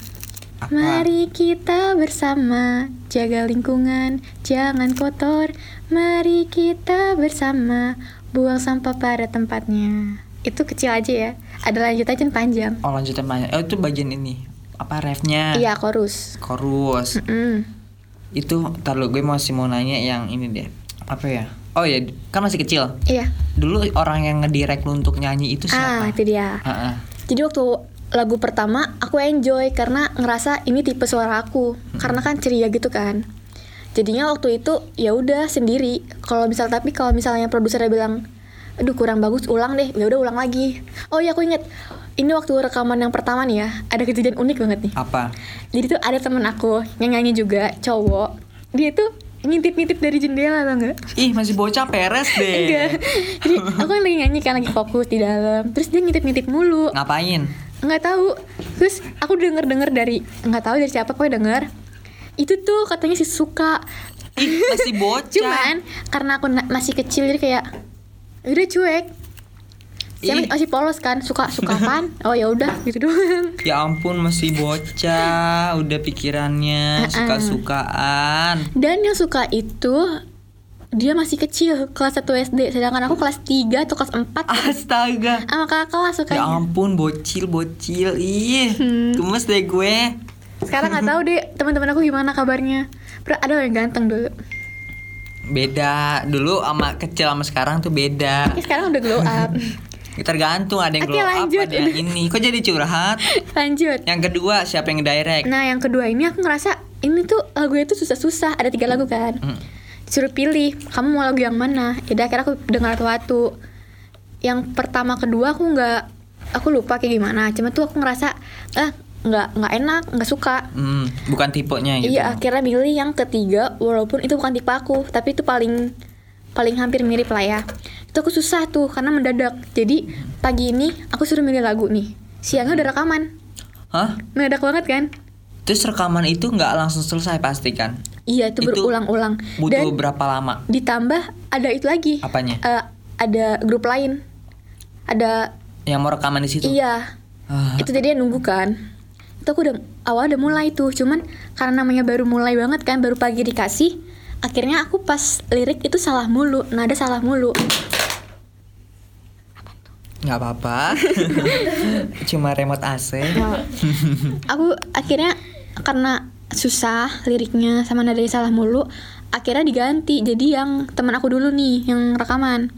Apa? Mari kita bersama jaga lingkungan, jangan kotor. Mari kita bersama buang sampah pada tempatnya. Itu kecil aja ya. Ada lanjut aja yang panjang. Oh lanjutin banyak. Oh itu bagian ini apa refnya? Iya chorus. Chorus Mm. itu ntar lu, gue masih mau nanya yang ini deh. Apa ya? Oh ya kan masih kecil. Iya. Dulu orang yang ngedirect lu untuk nyanyi itu Ah siapa? itu dia. Ah, ah. Jadi waktu lagu pertama aku enjoy karena ngerasa ini tipe suara aku. Karena kan ceria gitu kan. Jadinya waktu itu ya udah sendiri. Kalau misal tapi kalau misalnya produsernya bilang, aduh kurang bagus ulang deh. Ya udah ulang lagi. Oh iya aku inget. Ini waktu rekaman yang pertama nih ya. Ada kejadian unik banget nih. Apa? Jadi tuh ada temen aku yang nyanyi juga cowok. Dia tuh ngintip-ngintip dari jendela tau nggak? Ih masih bocah peres deh. Enggak. Jadi aku kan lagi nyanyi kan lagi fokus di dalam. Terus dia ngintip-ngintip mulu. Ngapain? Nggak tahu. Terus aku denger-denger dari nggak tahu dari siapa pokoknya denger. Itu tuh katanya si suka. Ih masih bocah. Cuman karena aku na- masih kecil jadi kayak udah cuek. Ih. Siapa masih polos kan? Suka suka apaan? Oh ya udah gitu doang. Ya ampun masih bocah, udah pikirannya Mm-mm. suka-sukaan. Dan yang suka itu dia masih kecil kelas 1 SD sedangkan aku kelas 3 atau kelas 4 Astaga. sama kakak Ah. kelas Ya sukanya. ampun bocil bocil. Ih, Hmm. gemes deh gue. Sekarang nggak tahu deh teman-teman aku gimana kabarnya. Bro, ada orang yang ganteng dulu. beda dulu sama kecil sama sekarang tuh beda Ya, Ini sekarang udah glow up. tergantung ada yang Oke, glow up lanjut. ada yang ini kok jadi curhat Lanjut. yang kedua siapa yang direct Nah, yang kedua ini aku ngerasa ini tuh lagunya tuh susah-susah. Ada tiga lagu kan. Hmm. Disuruh pilih, kamu mau lagu yang mana? Ya udah, akhirnya aku dengar satu-satu. Yang pertama kedua aku nggak aku lupa kayak gimana. Cuma tuh aku ngerasa eh nggak nggak enak, nggak suka. Hmm, bukan tipenya gitu Nah. Iya, akhirnya milih yang ketiga walaupun itu bukan tipe aku, tapi itu paling paling hampir mirip lah ya. Itu aku susah tuh karena mendadak. Jadi pagi ini aku suruh milih lagu nih. Siangnya udah rekaman. hah Mendadak banget kan? terus rekaman itu nggak langsung selesai pasti kan Iya, itu, Itu berulang-ulang. butuh Dan berapa lama ditambah ada itu lagi. Apanya? Eh, ada grup lain. Ada yang mau rekaman di situ iya. Ah, Itu jadi dia nunggu kan. Itu aku udah awal udah mulai tuh, cuman karena namanya baru mulai banget kan, baru pagi dikasih. Akhirnya aku pas lirik itu salah mulu, nada salah mulu. nggak apa-apa cuma remote AC aku akhirnya karena susah liriknya sama nadanya salah mulu, akhirnya diganti jadi yang teman aku dulu nih yang rekaman.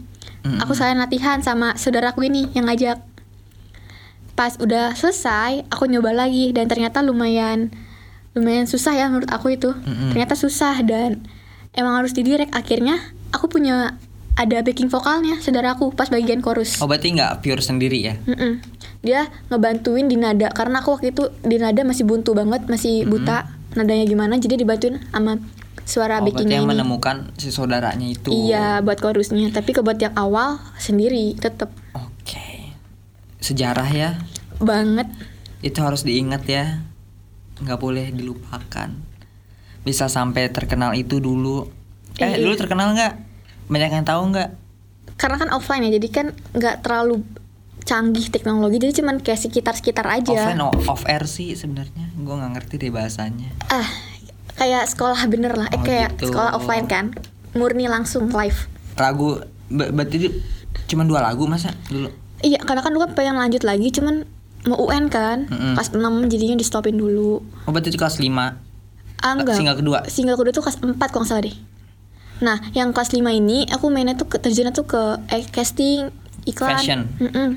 Mm-mm. Aku sekalian latihan sama saudaraku ini yang ngajak. Pas udah selesai, aku nyoba lagi dan ternyata lumayan lumayan susah ya menurut aku itu. Mm-mm. Ternyata susah dan emang harus didirect akhirnya aku punya ada backing vokalnya saudaraku pas bagian chorus. oh berarti nggak pure sendiri ya Mm-mm. Dia ngebantuin di nada karena aku waktu itu di nada masih buntu banget, masih buta nadanya gimana, jadi dibantuin sama suara oh, berarti backingnya yang Nah, ini. menemukan si saudaranya itu Iya, buat chorusnya. Tapi ke buat yang awal sendiri tetep oke sejarah ya banget. itu harus diingat ya nggak boleh dilupakan bisa sampai terkenal itu dulu eh Eh, dulu iya. terkenal nggak banyak yang tahu nggak Karena kan offline ya, jadi kan nggak terlalu canggih teknologi, jadi cuman kayak sekitar-sekitar offline oh. aja. o- off air sih sebenarnya gue nggak ngerti deh bahasanya Ah, kayak sekolah bener lah, eh Oh, kayak gitu. sekolah offline kan, murni langsung live. lagu be- berarti di- cuma dua lagu masa dulu Iya, karena kan gue pengen lanjut lagi, cuman mau UN kan, Mm-mm. kelas 6 jadinya di stopin dulu. oh berarti itu kelas 5 Ah, enggak. Single kedua? Single kedua tuh kelas 4 kalau nggak salah deh. Nah, yang kelas 5 ini aku mainnya tuh ke terjunnya tuh ke eh, casting iklan. Fashion. Mm-mm.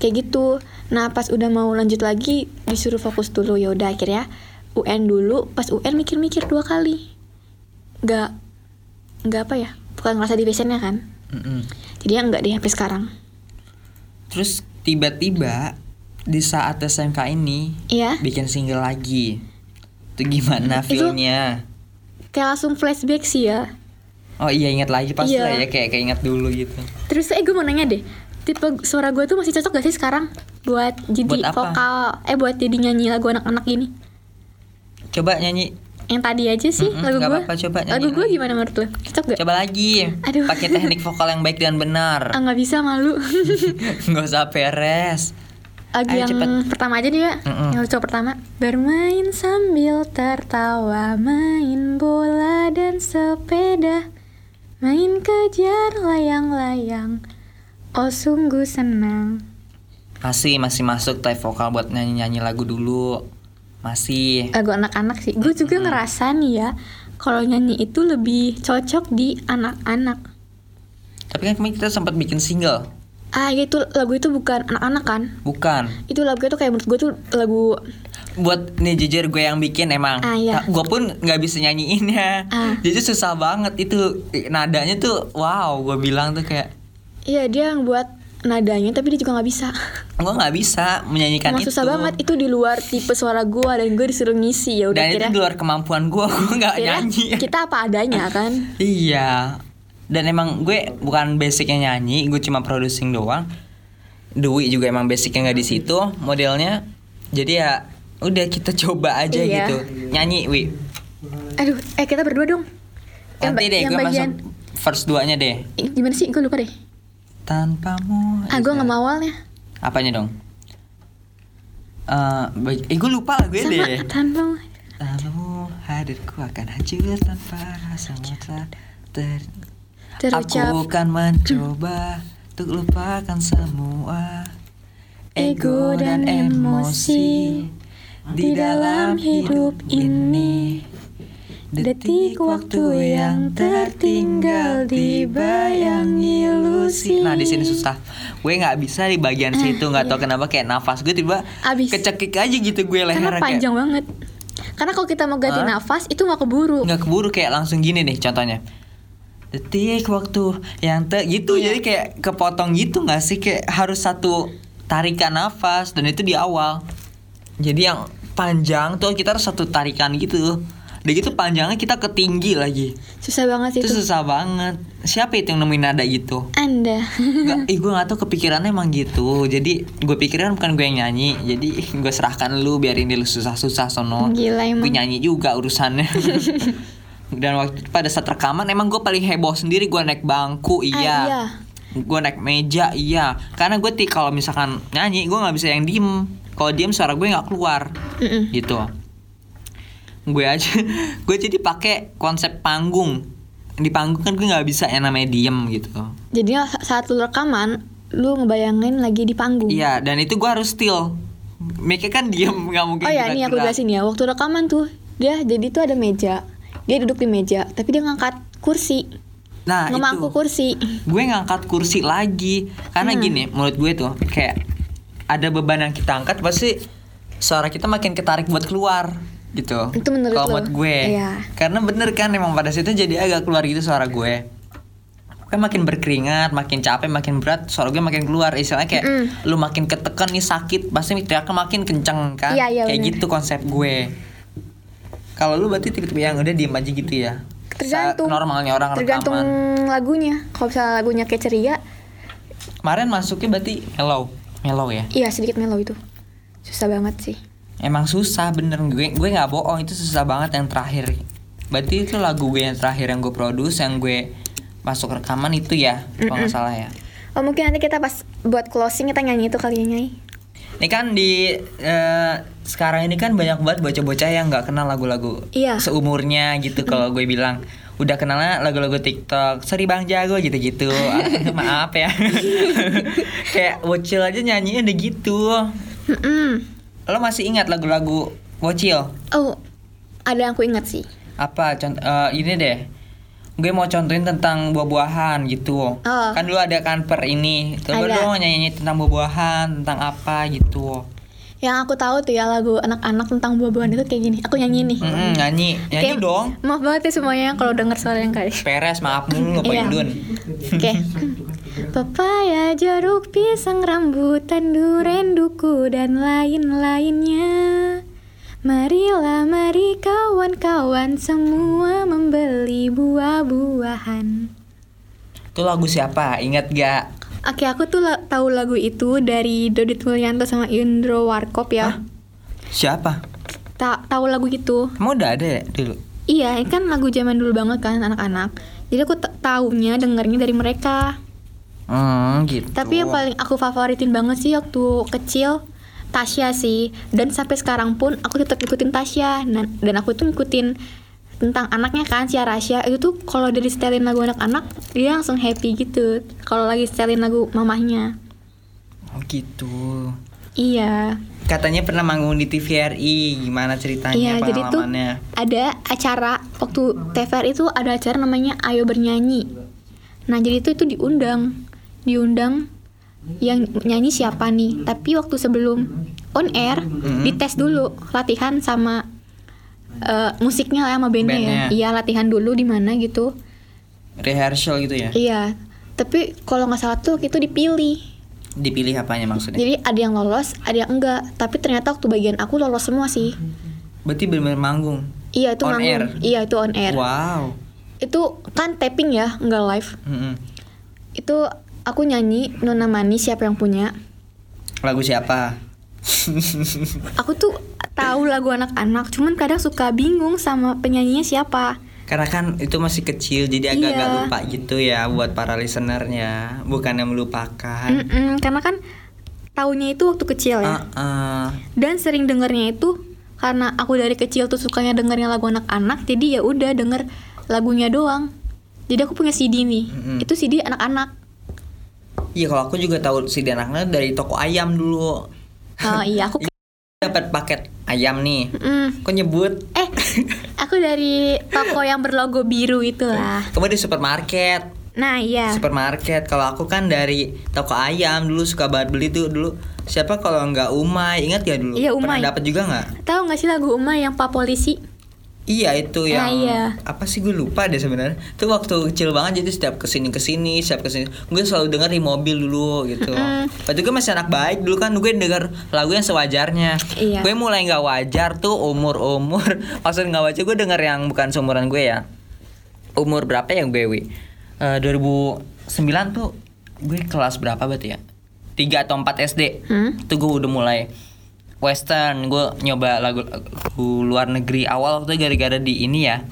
kayak gitu nah pas udah mau lanjut lagi disuruh fokus dulu ya udah akhirnya UN dulu pas UN mikir-mikir dua kali nggak nggak apa ya bukan ngerasa di passionnya kan Mm-mm. jadi ya nggak di HP sekarang Terus tiba-tiba di saat SMK ini Iya. bikin single lagi. Itu gimana Itu- feelnya? kayak langsung flashback sih ya Oh iya ingat lagi pas Iya. lah ya kayak kayak ingat dulu gitu. terus eh gue mau nanya deh tipe suara gue tuh masih cocok gak sih sekarang buat jadi Buat apa? vokal eh buat jadi nyanyi lagu anak-anak gini Coba nyanyi, yang tadi aja sih Mm-mm, lagu nggak gue apa-apa, coba nyanyi lagu gue lagi. gimana menurut lo cocok gak coba lagi. Aduh. Pakai teknik vokal yang baik dan ah benar. nggak bisa malu Nggak usah peres. lagu Ayo yang cepet. pertama aja deh ya Mm-mm. yang lucu pertama bermain sambil tertawa main bola dan sepeda main kejar layang-layang oh sungguh senang Masih masih masuk type vokal buat nyanyi-nyanyi lagu dulu. Masih. lagu anak-anak sih gue juga ngerasa nih ya kalau nyanyi itu lebih cocok di anak-anak Tapi kan kemarin kita sempat bikin single. ah ya itu lagu itu bukan anak-anak kan Bukan. itu lagu itu kayak menurut gue tuh lagu Buat nih jujur gue yang bikin emang. Ah, iya. Gue pun nggak bisa nyanyiinnya. Ah. Jadi susah banget itu nadanya tuh wow gue bilang tuh kayak Iya dia yang buat nadanya tapi dia juga nggak bisa. gue nggak bisa menyanyikan Emang Kan itu. susah banget itu di luar tipe suara gua dan gue disuruh ngisi ya udah Dan kira. itu di luar kemampuan gue, gue nggak nyanyi. Kita apa adanya kan. Iya. Dan emang gue bukan basicnya nyanyi, gue cuma producing doang. Dwi juga emang basicnya nggak di situ modelnya. Jadi ya udah kita coba aja Iya. gitu. Nyanyi, Wi. Aduh, eh kita berdua dong. Yang Nanti ba- deh yang gue bagian masuk first duanya deh. Ih, gimana sih? Gue lupa deh. Tanpamu. Ah, gue Isa. nggak mau awalnya. Apanya dong? Eh, bag- eh gue lupa lah gue Sama deh. tanpa. Lalu hadirku akan hancur tanpa rasa mutlak ter Terucap. Aku kan mencoba untuk lupakan semua ego dan emosi di dalam hidup ini. Detik waktu yang tertinggal di bayang ilusi. Nah di sini susah. Gue nggak bisa di bagian situ nggak tahu kenapa kayak nafas gue tiba Abis. kecekik aja gitu gue leher Karena panjang banget. Karena kalau kita mau ganti Hah? nafas itu nggak keburu. nggak keburu kayak langsung gini nih contohnya detik waktu yang te gitu jadi kayak kepotong gitu nggak sih kayak harus satu tarikan nafas dan itu di awal jadi yang panjang tuh kita harus satu tarikan gitu udah gitu panjangnya kita ketinggi lagi Susah banget itu itu. susah banget siapa itu yang nemuin nada gitu Anda. Gak, ih gue gak tau kepikirannya emang gitu Jadi gue pikirin bukan gue yang nyanyi Jadi gue serahkan lu biarin dia lu susah-susah sono Gila emang. Oh, Gue nyanyi juga urusannya Dan waktu itu pada saat rekaman emang gue paling heboh sendiri Gue naik bangku iya, iya. Gue naik meja iya Karena gue ti kalau misalkan nyanyi gue gak bisa yang diem Kalau diem suara gue gak keluar Mm-mm. gitu gue aja gue jadi pakai konsep panggung di panggung kan gue nggak bisa yang namanya diem Hmm. gitu Jadinya sa- saat lu rekaman, lu ngebayangin lagi di panggung. Iya, dan itu gua harus still. Mereka kan diem, nggak mungkin. Oh ya, nih aku gerak-gerak. jelasin ya. Waktu rekaman tuh, dia jadi tuh ada meja. Dia duduk di meja, tapi dia ngangkat kursi, Nah, itu. ngemangku kursi. Gue ngangkat kursi lagi. Karena Hmm. gini, menurut gue tuh kayak ada beban yang kita angkat pasti suara kita makin ketarik buat keluar gitu. Itu menurut Kalau lo? buat gue. Iya. Karena bener kan emang pada situ jadi agak keluar gitu suara gue. Kan makin berkeringat, makin capek, makin berat, suara gue makin keluar. Istilahnya kayak lu makin ketekan nih sakit, pasti teriaknya makin kenceng kan. Iya, iya, kayak bener. gitu konsep gue. Kalau lu berarti tipe-tipe yang udah diem aja gitu ya. Tergantung. Sa- Normalnya orang kan? Tergantung rekaman. lagunya. Kalau misalnya lagunya kayak ceria, Kemarin masuknya berarti mellow. Mellow ya. iya sedikit mellow itu. Susah banget sih. Emang susah bener gue gue nggak bohong itu susah banget yang terakhir. Berarti itu lagu gue yang terakhir yang gue produce yang gue masuk rekaman itu ya kalau nggak salah ya. Oh mungkin nanti kita pas buat closing kita nyanyi itu kali ya nyai. Ini kan di eh, sekarang ini kan banyak banget bocah-bocah yang nggak kenal lagu-lagu Iya. seumurnya gitu kalau gue bilang udah kenalnya lagu-lagu TikTok Sorry Bang Jago gitu-gitu Ah, maaf ya kayak bocil aja nyanyinya udah gitu Mm-mm. lo masih ingat lagu-lagu bocil Oh ada yang aku ingat sih. apa contoh eh, ini deh gue mau contohin tentang buah-buahan gitu. Oh. Kan dulu ada kanper ini. Coba Ada. dong nyanyi tentang buah-buahan, tentang apa gitu. Yang aku tahu tuh ya lagu anak-anak tentang buah-buahan itu kayak gini. Aku nyanyi nih. Mm-mm, nyanyi, nyanyi Kayak- dong. Maaf banget ya semuanya kalau denger suara yang kali. Peres, maaf mulu Iya. ngapain Dun. Oke. Pepaya, jeruk, pisang, rambutan, duren, duku, dan lain-lainnya. Marilah, mari kawan-kawan semua membeli buah-buahan. Itu lagu siapa? Ingat gak? Oke, aku tuh la- tahu lagu itu dari Dodit Mulyanto sama Indro Warkop ya. Siapa? Tak tahu lagu itu. Emang udah ada ya dulu? Iya, ini kan lagu zaman dulu banget kan anak-anak. Jadi aku ta- taunya dengernya dari mereka. Hmm, gitu. Tapi yang paling aku favoritin banget sih waktu kecil Tasya sih dan sampai sekarang pun aku tetap ngikutin Tasya dan, dan aku tuh ngikutin tentang anaknya kan si Rasya itu tuh kalau dari setelin lagu anak-anak dia langsung happy gitu kalau lagi setelin lagu mamahnya Oh gitu. iya Katanya pernah manggung di TVRI. Gimana ceritanya iya jadi tuh pengalamannya? ada acara waktu TVR itu ada acara namanya Ayo Bernyanyi nah jadi itu itu diundang diundang yang nyanyi siapa nih tapi waktu sebelum on air Mhm. dites dulu latihan sama eh, musiknya lah sama Bandnya. bandnya, ya iya latihan dulu di mana gitu Rehearsal gitu ya? iya tapi kalau nggak salah tuh itu dipilih Dipilih apanya maksudnya? jadi ada yang lolos ada yang enggak tapi ternyata waktu bagian aku lolos semua sih Berarti benar-benar manggung. iya itu On manggung. air? iya itu on air Wow. itu kan tapping ya nggak live Mm-mm. itu aku nyanyi Nona Manis siapa yang punya Lagu siapa? aku tuh tahu lagu anak-anak cuman kadang suka bingung sama penyanyinya siapa Karena kan itu masih kecil jadi agak-agak Iya. lupa gitu ya buat para listenernya, bukan yang melupakan. Mm-mm, karena kan taunya itu waktu kecil ya Uh-uh. dan sering dengernya itu karena aku dari kecil tuh sukanya dengernya lagu anak-anak jadi ya udah denger lagunya doang jadi aku punya CD nih Mm-mm. itu CD anak-anak Iya kalau aku juga tahu si anaknya dari toko ayam dulu. oh iya aku Dapat paket ayam nih. Mm. Kok nyebut? eh aku dari toko yang berlogo biru itulah Kamu di supermarket. nah iya Supermarket. Kalau aku kan dari toko ayam dulu suka banget beli tuh dulu. Siapa kalau nggak Umay? Ingat ya dulu? Iya, Umay. Pernah dapat juga nggak? Tahu nggak sih lagu Uma yang Pak Polisi? Iya itu yang Ah, iya. apa sih gue lupa deh sebenarnya. Itu waktu kecil banget jadi setiap kesini kesini, setiap kesini gue selalu denger di mobil dulu gitu. Mm-mm. Waktu gue masih anak baik dulu kan gue denger lagu yang sewajarnya. Iya. Gue mulai nggak wajar tuh umur umur maksud nggak wajar gue denger yang bukan seumuran gue ya. Umur berapa yang gue wi? Eh, 2009 tuh gue kelas berapa berarti ya? 3 atau 4 SD Hmm? itu gue udah mulai western gue nyoba lagu, lagu luar negeri awal tuh gara-gara di ini ya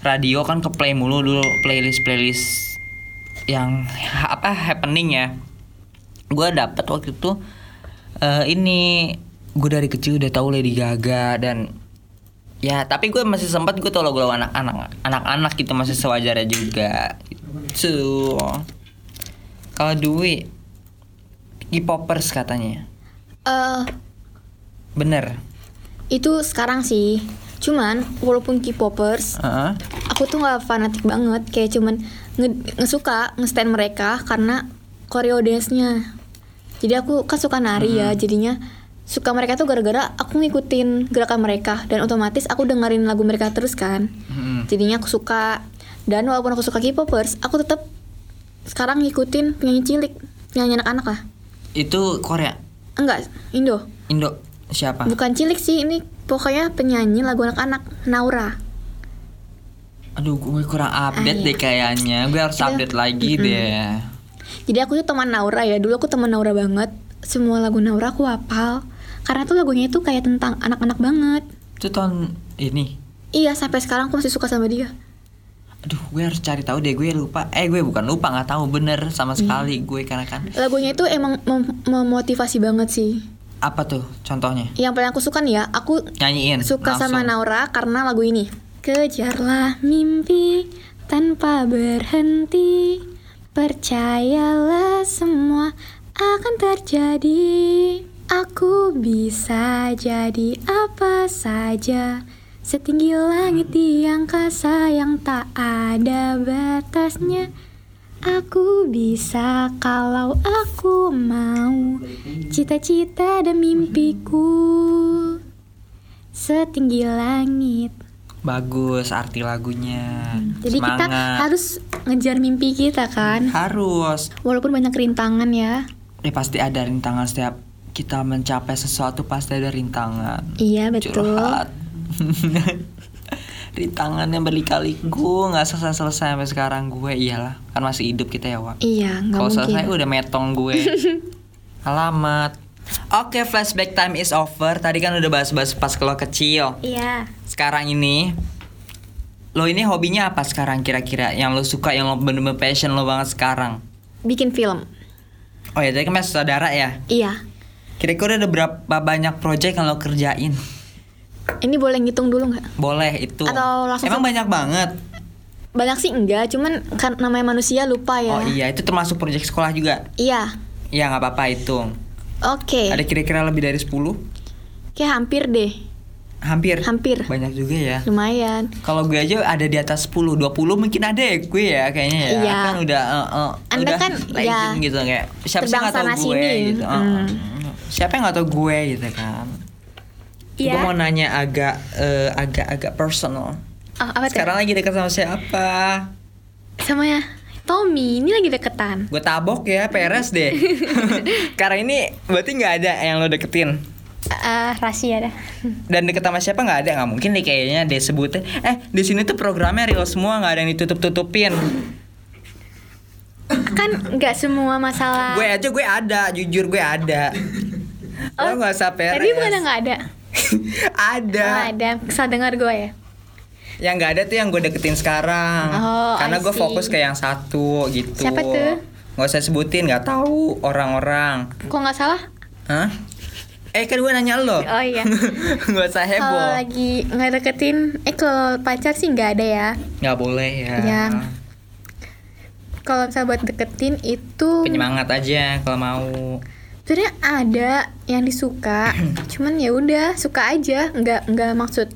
radio kan ke play mulu dulu playlist playlist yang ha- apa happening ya gue dapet waktu itu eh, ini gue dari kecil udah tahu Lady Gaga dan ya tapi gue masih sempat gue tau lagu anak-anak anak-anak gitu masih sewajarnya juga gitu kalau Dwi K-popers katanya Eh, Bener. itu sekarang sih. Cuman walaupun K-popers, Heeh. aku tuh nggak fanatik banget. Kayak cuman nge ngesuka nge-stand mereka karena koreo dance-nya. Jadi aku kan suka nari ya, jadinya suka mereka tuh gara-gara aku ngikutin gerakan mereka dan otomatis aku dengerin lagu mereka terus kan. Mm-mm. Jadinya aku suka dan walaupun aku suka K-popers, aku tetap sekarang ngikutin penyanyi cilik, penyanyi anak-anak lah. Itu Korea, Enggak, Indo. Indo siapa? Bukan cilik sih, ini pokoknya penyanyi lagu anak-anak, Naura. Aduh, gue kurang update Ah, deh kayaknya. Gue harus Iya. update lagi deh. Jadi aku tuh teman Naura ya, dulu aku teman Naura banget. Semua lagu Naura aku hafal. Karena tuh lagunya itu kayak tentang anak-anak banget. Itu tahun ini. Iya, sampai sekarang aku masih suka sama dia. Aduh, gue harus cari tahu deh. Gue lupa. Eh, gue bukan lupa, nggak tahu bener sama Iya. sekali gue karena kan. Lagunya itu emang mem- memotivasi banget sih. Apa tuh contohnya? Yang paling aku suka nih ya, aku Nyanyiin. suka langsung. sama Naura karena lagu ini. Kejarlah mimpi tanpa berhenti. Percayalah semua akan terjadi. Aku bisa jadi apa saja Setinggi langit di angkasa yang tak ada batasnya Aku bisa kalau aku mau Cita-cita dan mimpiku Setinggi langit Bagus arti lagunya. Hmm. Jadi Semangat. kita harus ngejar mimpi kita kan harus. Walaupun banyak rintangan ya Ya pasti ada rintangan setiap kita mencapai sesuatu pasti ada rintangan. Iya betul Curhat. rintangannya berlika-liku nggak selesai-selesai sampai sekarang gue iyalah kan masih hidup kita ya Wak. Iya nggak Kalau mungkin selesai udah metong gue. Alamat. Oke, flashback time is over. Tadi kan udah bahas-bahas pas kalau kecil. Iya Sekarang ini lo ini hobinya apa sekarang kira-kira yang lo suka yang lo bener-bener passion lo banget sekarang? Bikin film Oh ya, tadi kan mas saudara ya. Iya Kira-kira ada berapa banyak project yang lo kerjain? Ini boleh ngitung dulu nggak? Boleh itu. Atau langsung Emang banyak banget. Banyak sih enggak, cuman kan namanya manusia lupa Oh ya. iya, itu termasuk project sekolah juga. Iya. Ya nggak apa-apa hitung. Oke. Ada kira-kira lebih dari 10? Kayak hampir deh. Hampir. Hampir. Banyak juga ya. Lumayan. Kalau gue aja ada di atas 10, 20 mungkin ada ya gue ya kayaknya ya. Iya. Kan udah eh, eh, Anda udah kan, legend ya, gitu kayak siapa sih terbang nggak tahu sana gue sini. gitu. Eh, Hmm. eh, Siapa yang nggak tahu gue gitu kan. Iya. Gue mau nanya agak eh, agak agak personal. Oh, apa tuh? Sekarang lagi dekat sama siapa? Sama ya. Tommy, ini lagi deketan. Gue tabok ya, peres deh. Karena ini berarti nggak ada yang lo deketin. Ah, rahasia dah. Dan deket sama siapa nggak ada, nggak mungkin deh kayaknya dia sebutin. Eh di sini tuh programnya real semua, nggak ada yang ditutup tutupin. Kan nggak semua masalah. gue aja gue ada jujur gue ada lo nggak usah peres Oh, Tadi bukan nggak ada. ada Nggak ada. Salah dengar gue ya. yang nggak ada tuh yang gue deketin sekarang Oh, karena I gue see. fokus ke yang satu gitu Siapa tuh? nggak usah sebutin nggak tahu orang-orang Kok nggak salah? Hah? eh kan gue nanya lo Oh iya. nggak usah Kalau heboh lagi nggak deketin, eh kalau pacar sih nggak ada ya. nggak boleh ya Iya. Kalau misalnya buat deketin itu penyemangat aja kalau mau sebenarnya ada yang disuka cuman ya udah suka aja nggak nggak maksud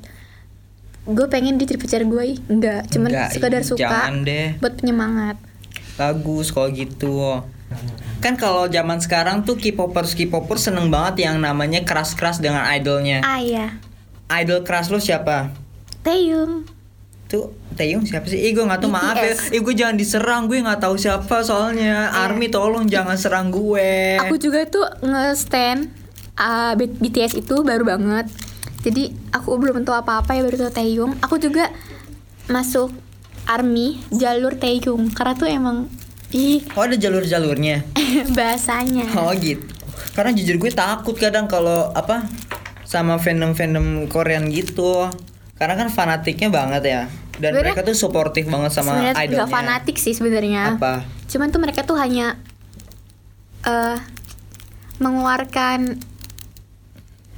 gue pengen dia jadi pacar gue ih. nggak cuman Nggak, sekedar ih, suka jangan deh. buat penyemangat bagus kalau gitu kan kalau zaman sekarang tuh K-popers K-popers seneng banget yang namanya keras-keras dengan idolnya ah ya idol crush lu siapa? Taeyong Tuh Taeyong siapa sih? Ih gue gak tau maaf ya BTS. Ih gue jangan diserang Gue gak tahu siapa soalnya Army tolong jangan serang gue Iya. aku juga tuh nge-stand uh, B- BTS itu baru banget jadi aku belum tahu apa-apa ya baru tahu Taeyong aku juga masuk army jalur Taeyong karena tuh emang ih Oh ada jalur-jalurnya bahasanya Oh gitu Karena jujur gue takut kadang kalau apa Sama fandom-fandom Korean gitu Karena kan fanatiknya banget ya Dan Sebenarnya- mereka tuh suportif banget sama sebenarnya idolnya nggak fanatik ya. sih sebenarnya Apa? cuman tuh mereka tuh hanya eh mengeluarkan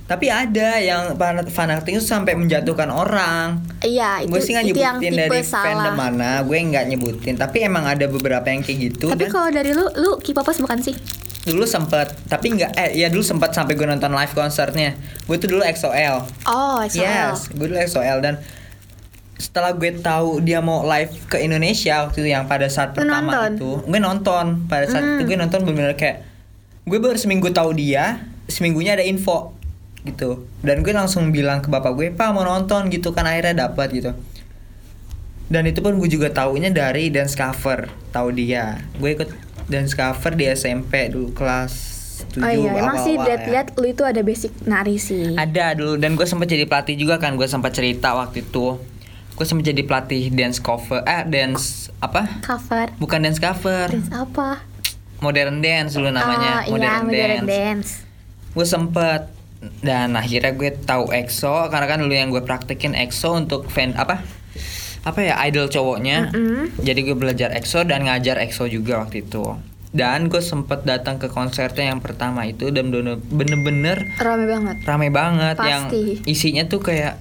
Tapi ada yang fanat- fanatik itu sampai menjatuhkan orang iya itu, gue sih nggak itu yang nyebutin tipe dari fandom salah mana gue nggak nyebutin tapi emang ada beberapa yang kayak gitu dan tapi kalau dari lu lu K-popers bukan sih dulu sempet tapi nggak eh ya dulu sempet sampai gue nonton live konsernya gue tuh dulu XOL oh soal yes gue dulu XOL dan setelah gue tahu dia mau live ke Indonesia waktu itu yang pada saat Lu pertama nonton? Mm. itu gue nonton pada saat itu gue nonton bener-bener kayak gue baru seminggu tahu dia seminggunya ada info gitu dan gue langsung bilang ke bapak gue pak mau nonton gitu kan akhirnya dapat gitu dan itu pun gue juga taunya dari dance cover tahu dia gue ikut dance cover di SMP dulu kelas 7 oh iya emang sih awal-awal ya. lihat-lihat lu itu ada basic nari sih Ada dulu dan gue sempat jadi pelatih juga kan gue sempat cerita waktu itu gue sempat jadi pelatih dance cover eh dance apa cover bukan dance cover dance apa modern dance dulu namanya oh, iya, modern dance dance gue sempet dan akhirnya gue tahu EXO karena kan dulu yang gue praktekin EXO untuk fan apa apa ya idol cowoknya jadi gue belajar EXO dan ngajar EXO juga waktu itu dan gue sempet datang ke konsernya yang pertama itu dan bener- bener-bener rame banget rame banget Pasti. yang isinya tuh kayak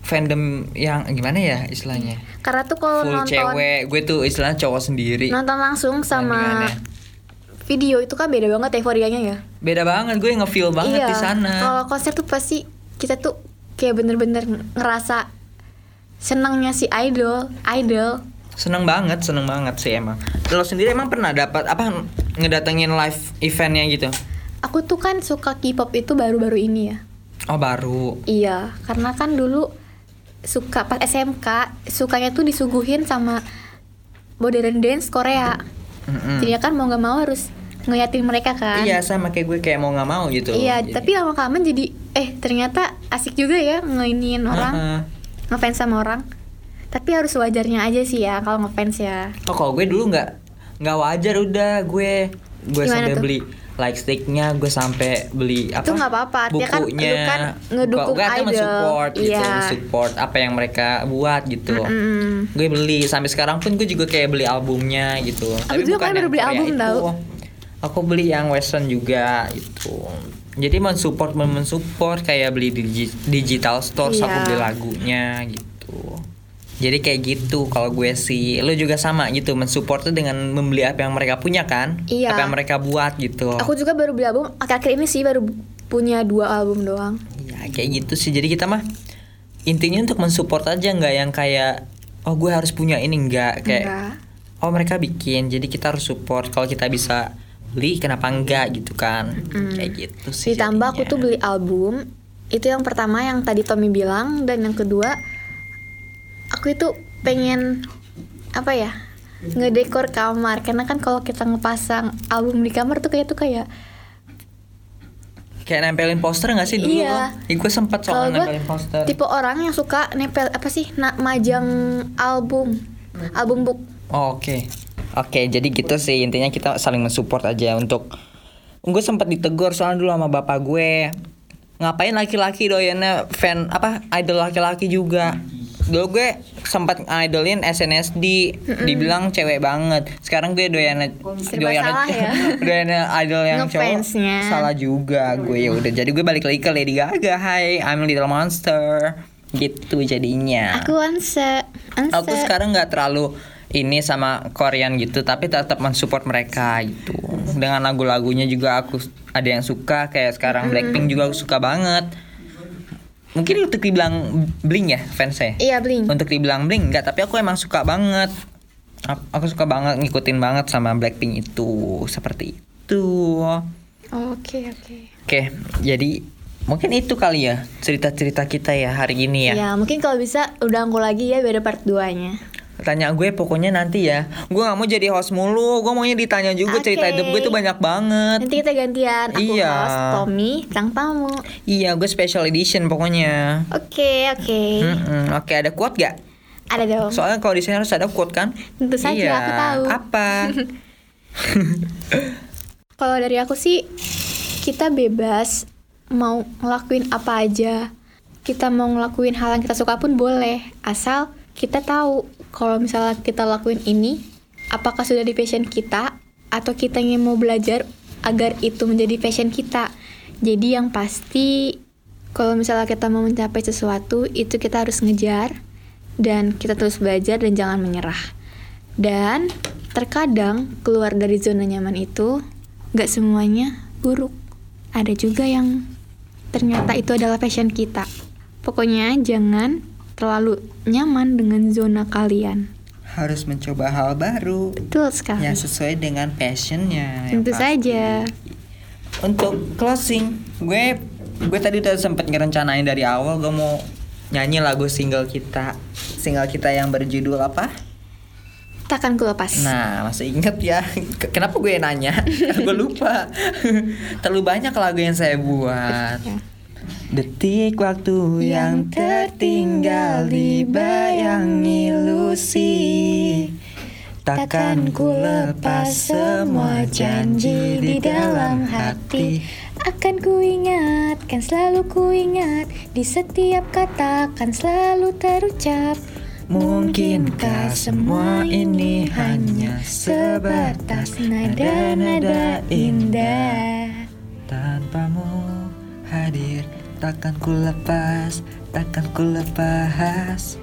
fandom yang gimana ya istilahnya karena tuh kalau full Oh, nonton cewek gue tuh istilahnya cowok sendiri nonton langsung sama Bandingannya. video itu kan beda banget euforianya ya Iya. beda banget gue ngefeel banget di sana Kalau konser tuh pasti kita tuh kayak bener-bener ngerasa senangnya si idol idol Seneng banget, seneng banget sih emang. Lo sendiri emang pernah dapat apa ngedatengin live eventnya gitu? aku tuh kan suka K-pop itu baru-baru ini ya Oh baru. iya karena kan dulu suka pas SMK sukanya tuh disuguhin sama modern dance Korea Mm-mm. jadi kan mau nggak mau harus ngeliatin mereka kan Hmm. Iya sama kayak gue kayak mau nggak mau gitu. Iya, Jadi- tapi lama kelamaan jadi eh ternyata asik juga ya ngeiniin orang, Heeh. ngefans sama orang. Tapi harus wajarnya aja sih ya kalau ngefans ya. Oh kalau gue dulu nggak nggak wajar udah gue gue Gimana sampai tuh? beli like sticknya gue sampai beli apa Itu nggak apa-apa, artinya kan bukunya lu kan ngedukung gue akan idol. mensupport gitu Iya. support apa yang mereka buat gitu Mm-mm. gue beli sampai sekarang pun gue juga kayak beli albumnya gitu Aku juga yang kemarin baru beli Korea album tau. aku beli yang western juga gitu jadi mensupport men- mensupport kayak beli di digi- digital store aku Iya. beli lagunya gitu jadi kayak gitu kalau gue sih lo juga sama gitu mensupport tuh dengan membeli apa yang mereka punya kan Iya. apa yang mereka buat gitu Aku juga baru beli album akhir-akhir ini sih baru punya dua album doang. Ya kayak gitu sih. Jadi kita mah intinya untuk mensupport aja nggak yang kayak oh gue harus punya ini nggak kayak Nggak. oh mereka bikin jadi kita harus support kalau kita bisa beli kenapa enggak gitu kan kayak gitu sih Ditambah aku jadinya. tuh beli album itu yang pertama yang tadi Tommy bilang dan yang kedua aku itu pengen apa ya ngedekor kamar karena kan kalau kita ngepasang album di kamar tuh kayak tuh kayak kayak nempelin poster nggak sih dulu Iya. lo? Ih, gue sempet Kalau soal gue nempelin poster tipe orang yang suka nempel apa sih na- majang album album book Oh, Oke. Oke, jadi gitu sih intinya kita saling mensupport aja untuk gue sempat ditegur soalnya dulu sama bapak gue ngapain laki-laki doyannya fan apa idol laki-laki juga dulu gue sempat idolin SNSD dibilang cewek banget sekarang gue doyannya Serba salah ya. doyannya idol yang cowok Ngefansnya. salah juga gue ya udah jadi gue balik lagi ke Lady Gaga Hai I'm a Little Monster gitu jadinya aku anse anse aku sekarang nggak terlalu ini sama Korean gitu tapi tetap mensupport mereka gitu dengan lagu-lagunya juga aku s- ada yang suka kayak sekarang Blackpink juga aku suka banget mungkin untuk dibilang bling ya fansnya iya bling untuk dibilang bling nggak tapi aku emang suka banget A- aku suka banget ngikutin banget sama Blackpink itu seperti itu oke oke oke jadi mungkin itu kali ya cerita-cerita kita ya hari ini ya ya mungkin kalau bisa udah aku lagi ya biar ada part 2 nya Tanya gue pokoknya nanti ya Gue gak mau jadi host mulu Gue maunya ditanya juga Oke. cerita hidup gue tuh banyak banget nanti kita gantian aku Iya. host Tommy sang tamu oke Iya gue special edition pokoknya oke Mm-mm. Oke ada quote gak? ada dong Soalnya kalau di sini harus ada quote kan? Tentu saja, Iya. aku tahu. Apa? Kalau dari aku sih kita bebas mau ngelakuin apa aja. Kita mau ngelakuin hal yang kita suka pun boleh, asal kita tahu kalau misalnya kita lakuin ini apakah sudah di passion kita atau kita yang mau belajar agar itu menjadi passion kita. Jadi yang pasti kalau misalnya kita mau mencapai sesuatu itu kita harus ngejar dan kita terus belajar dan jangan menyerah. Dan terkadang keluar dari zona nyaman itu gak semuanya buruk. Ada juga yang ternyata itu adalah passion kita. Pokoknya jangan terlalu nyaman dengan zona kalian. harus mencoba hal baru Betul sekali. Yang sesuai dengan passionnya Ya, yang Tentu pasti. saja. Untuk closing Gue gue tadi udah sempet ngerencanain dari awal Gue mau nyanyi lagu single kita Single kita yang berjudul apa? Takkan ku lepas. Nah, masih ingat ya. Ke- Kenapa gue nanya? gue lupa. Terlalu banyak lagu yang saya buat. Ya. Detik waktu yang Yang tertinggal di bayang ilusi Takkan ku lepas semua janji di dalam hati Akan ku ingat, kan selalu ku ingat Di setiap kata kan selalu terucap Mungkinkah semua ini hanya sebatas nada-nada indah Tanpamu hadir takkan ku lepas Takkan ku lepas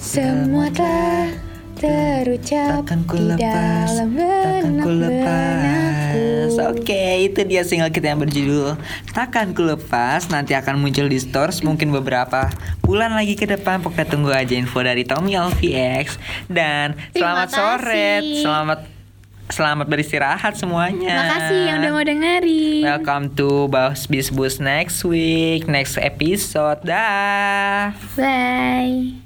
Semua telah terucap Takkan ku di lepas dalam Takkan ku benak-benakku lepas Oke, itu dia single kita yang berjudul Takkan ku lepas Nanti akan muncul di stores mungkin beberapa bulan lagi ke depan Pokoknya tunggu aja info dari Tommy LVX Dan Terima selamat sore kasih. Selamat selamat beristirahat semuanya Makasih yang udah mau dengerin. Welcome to Bos Bis Bus next week Next episode Dah Bye.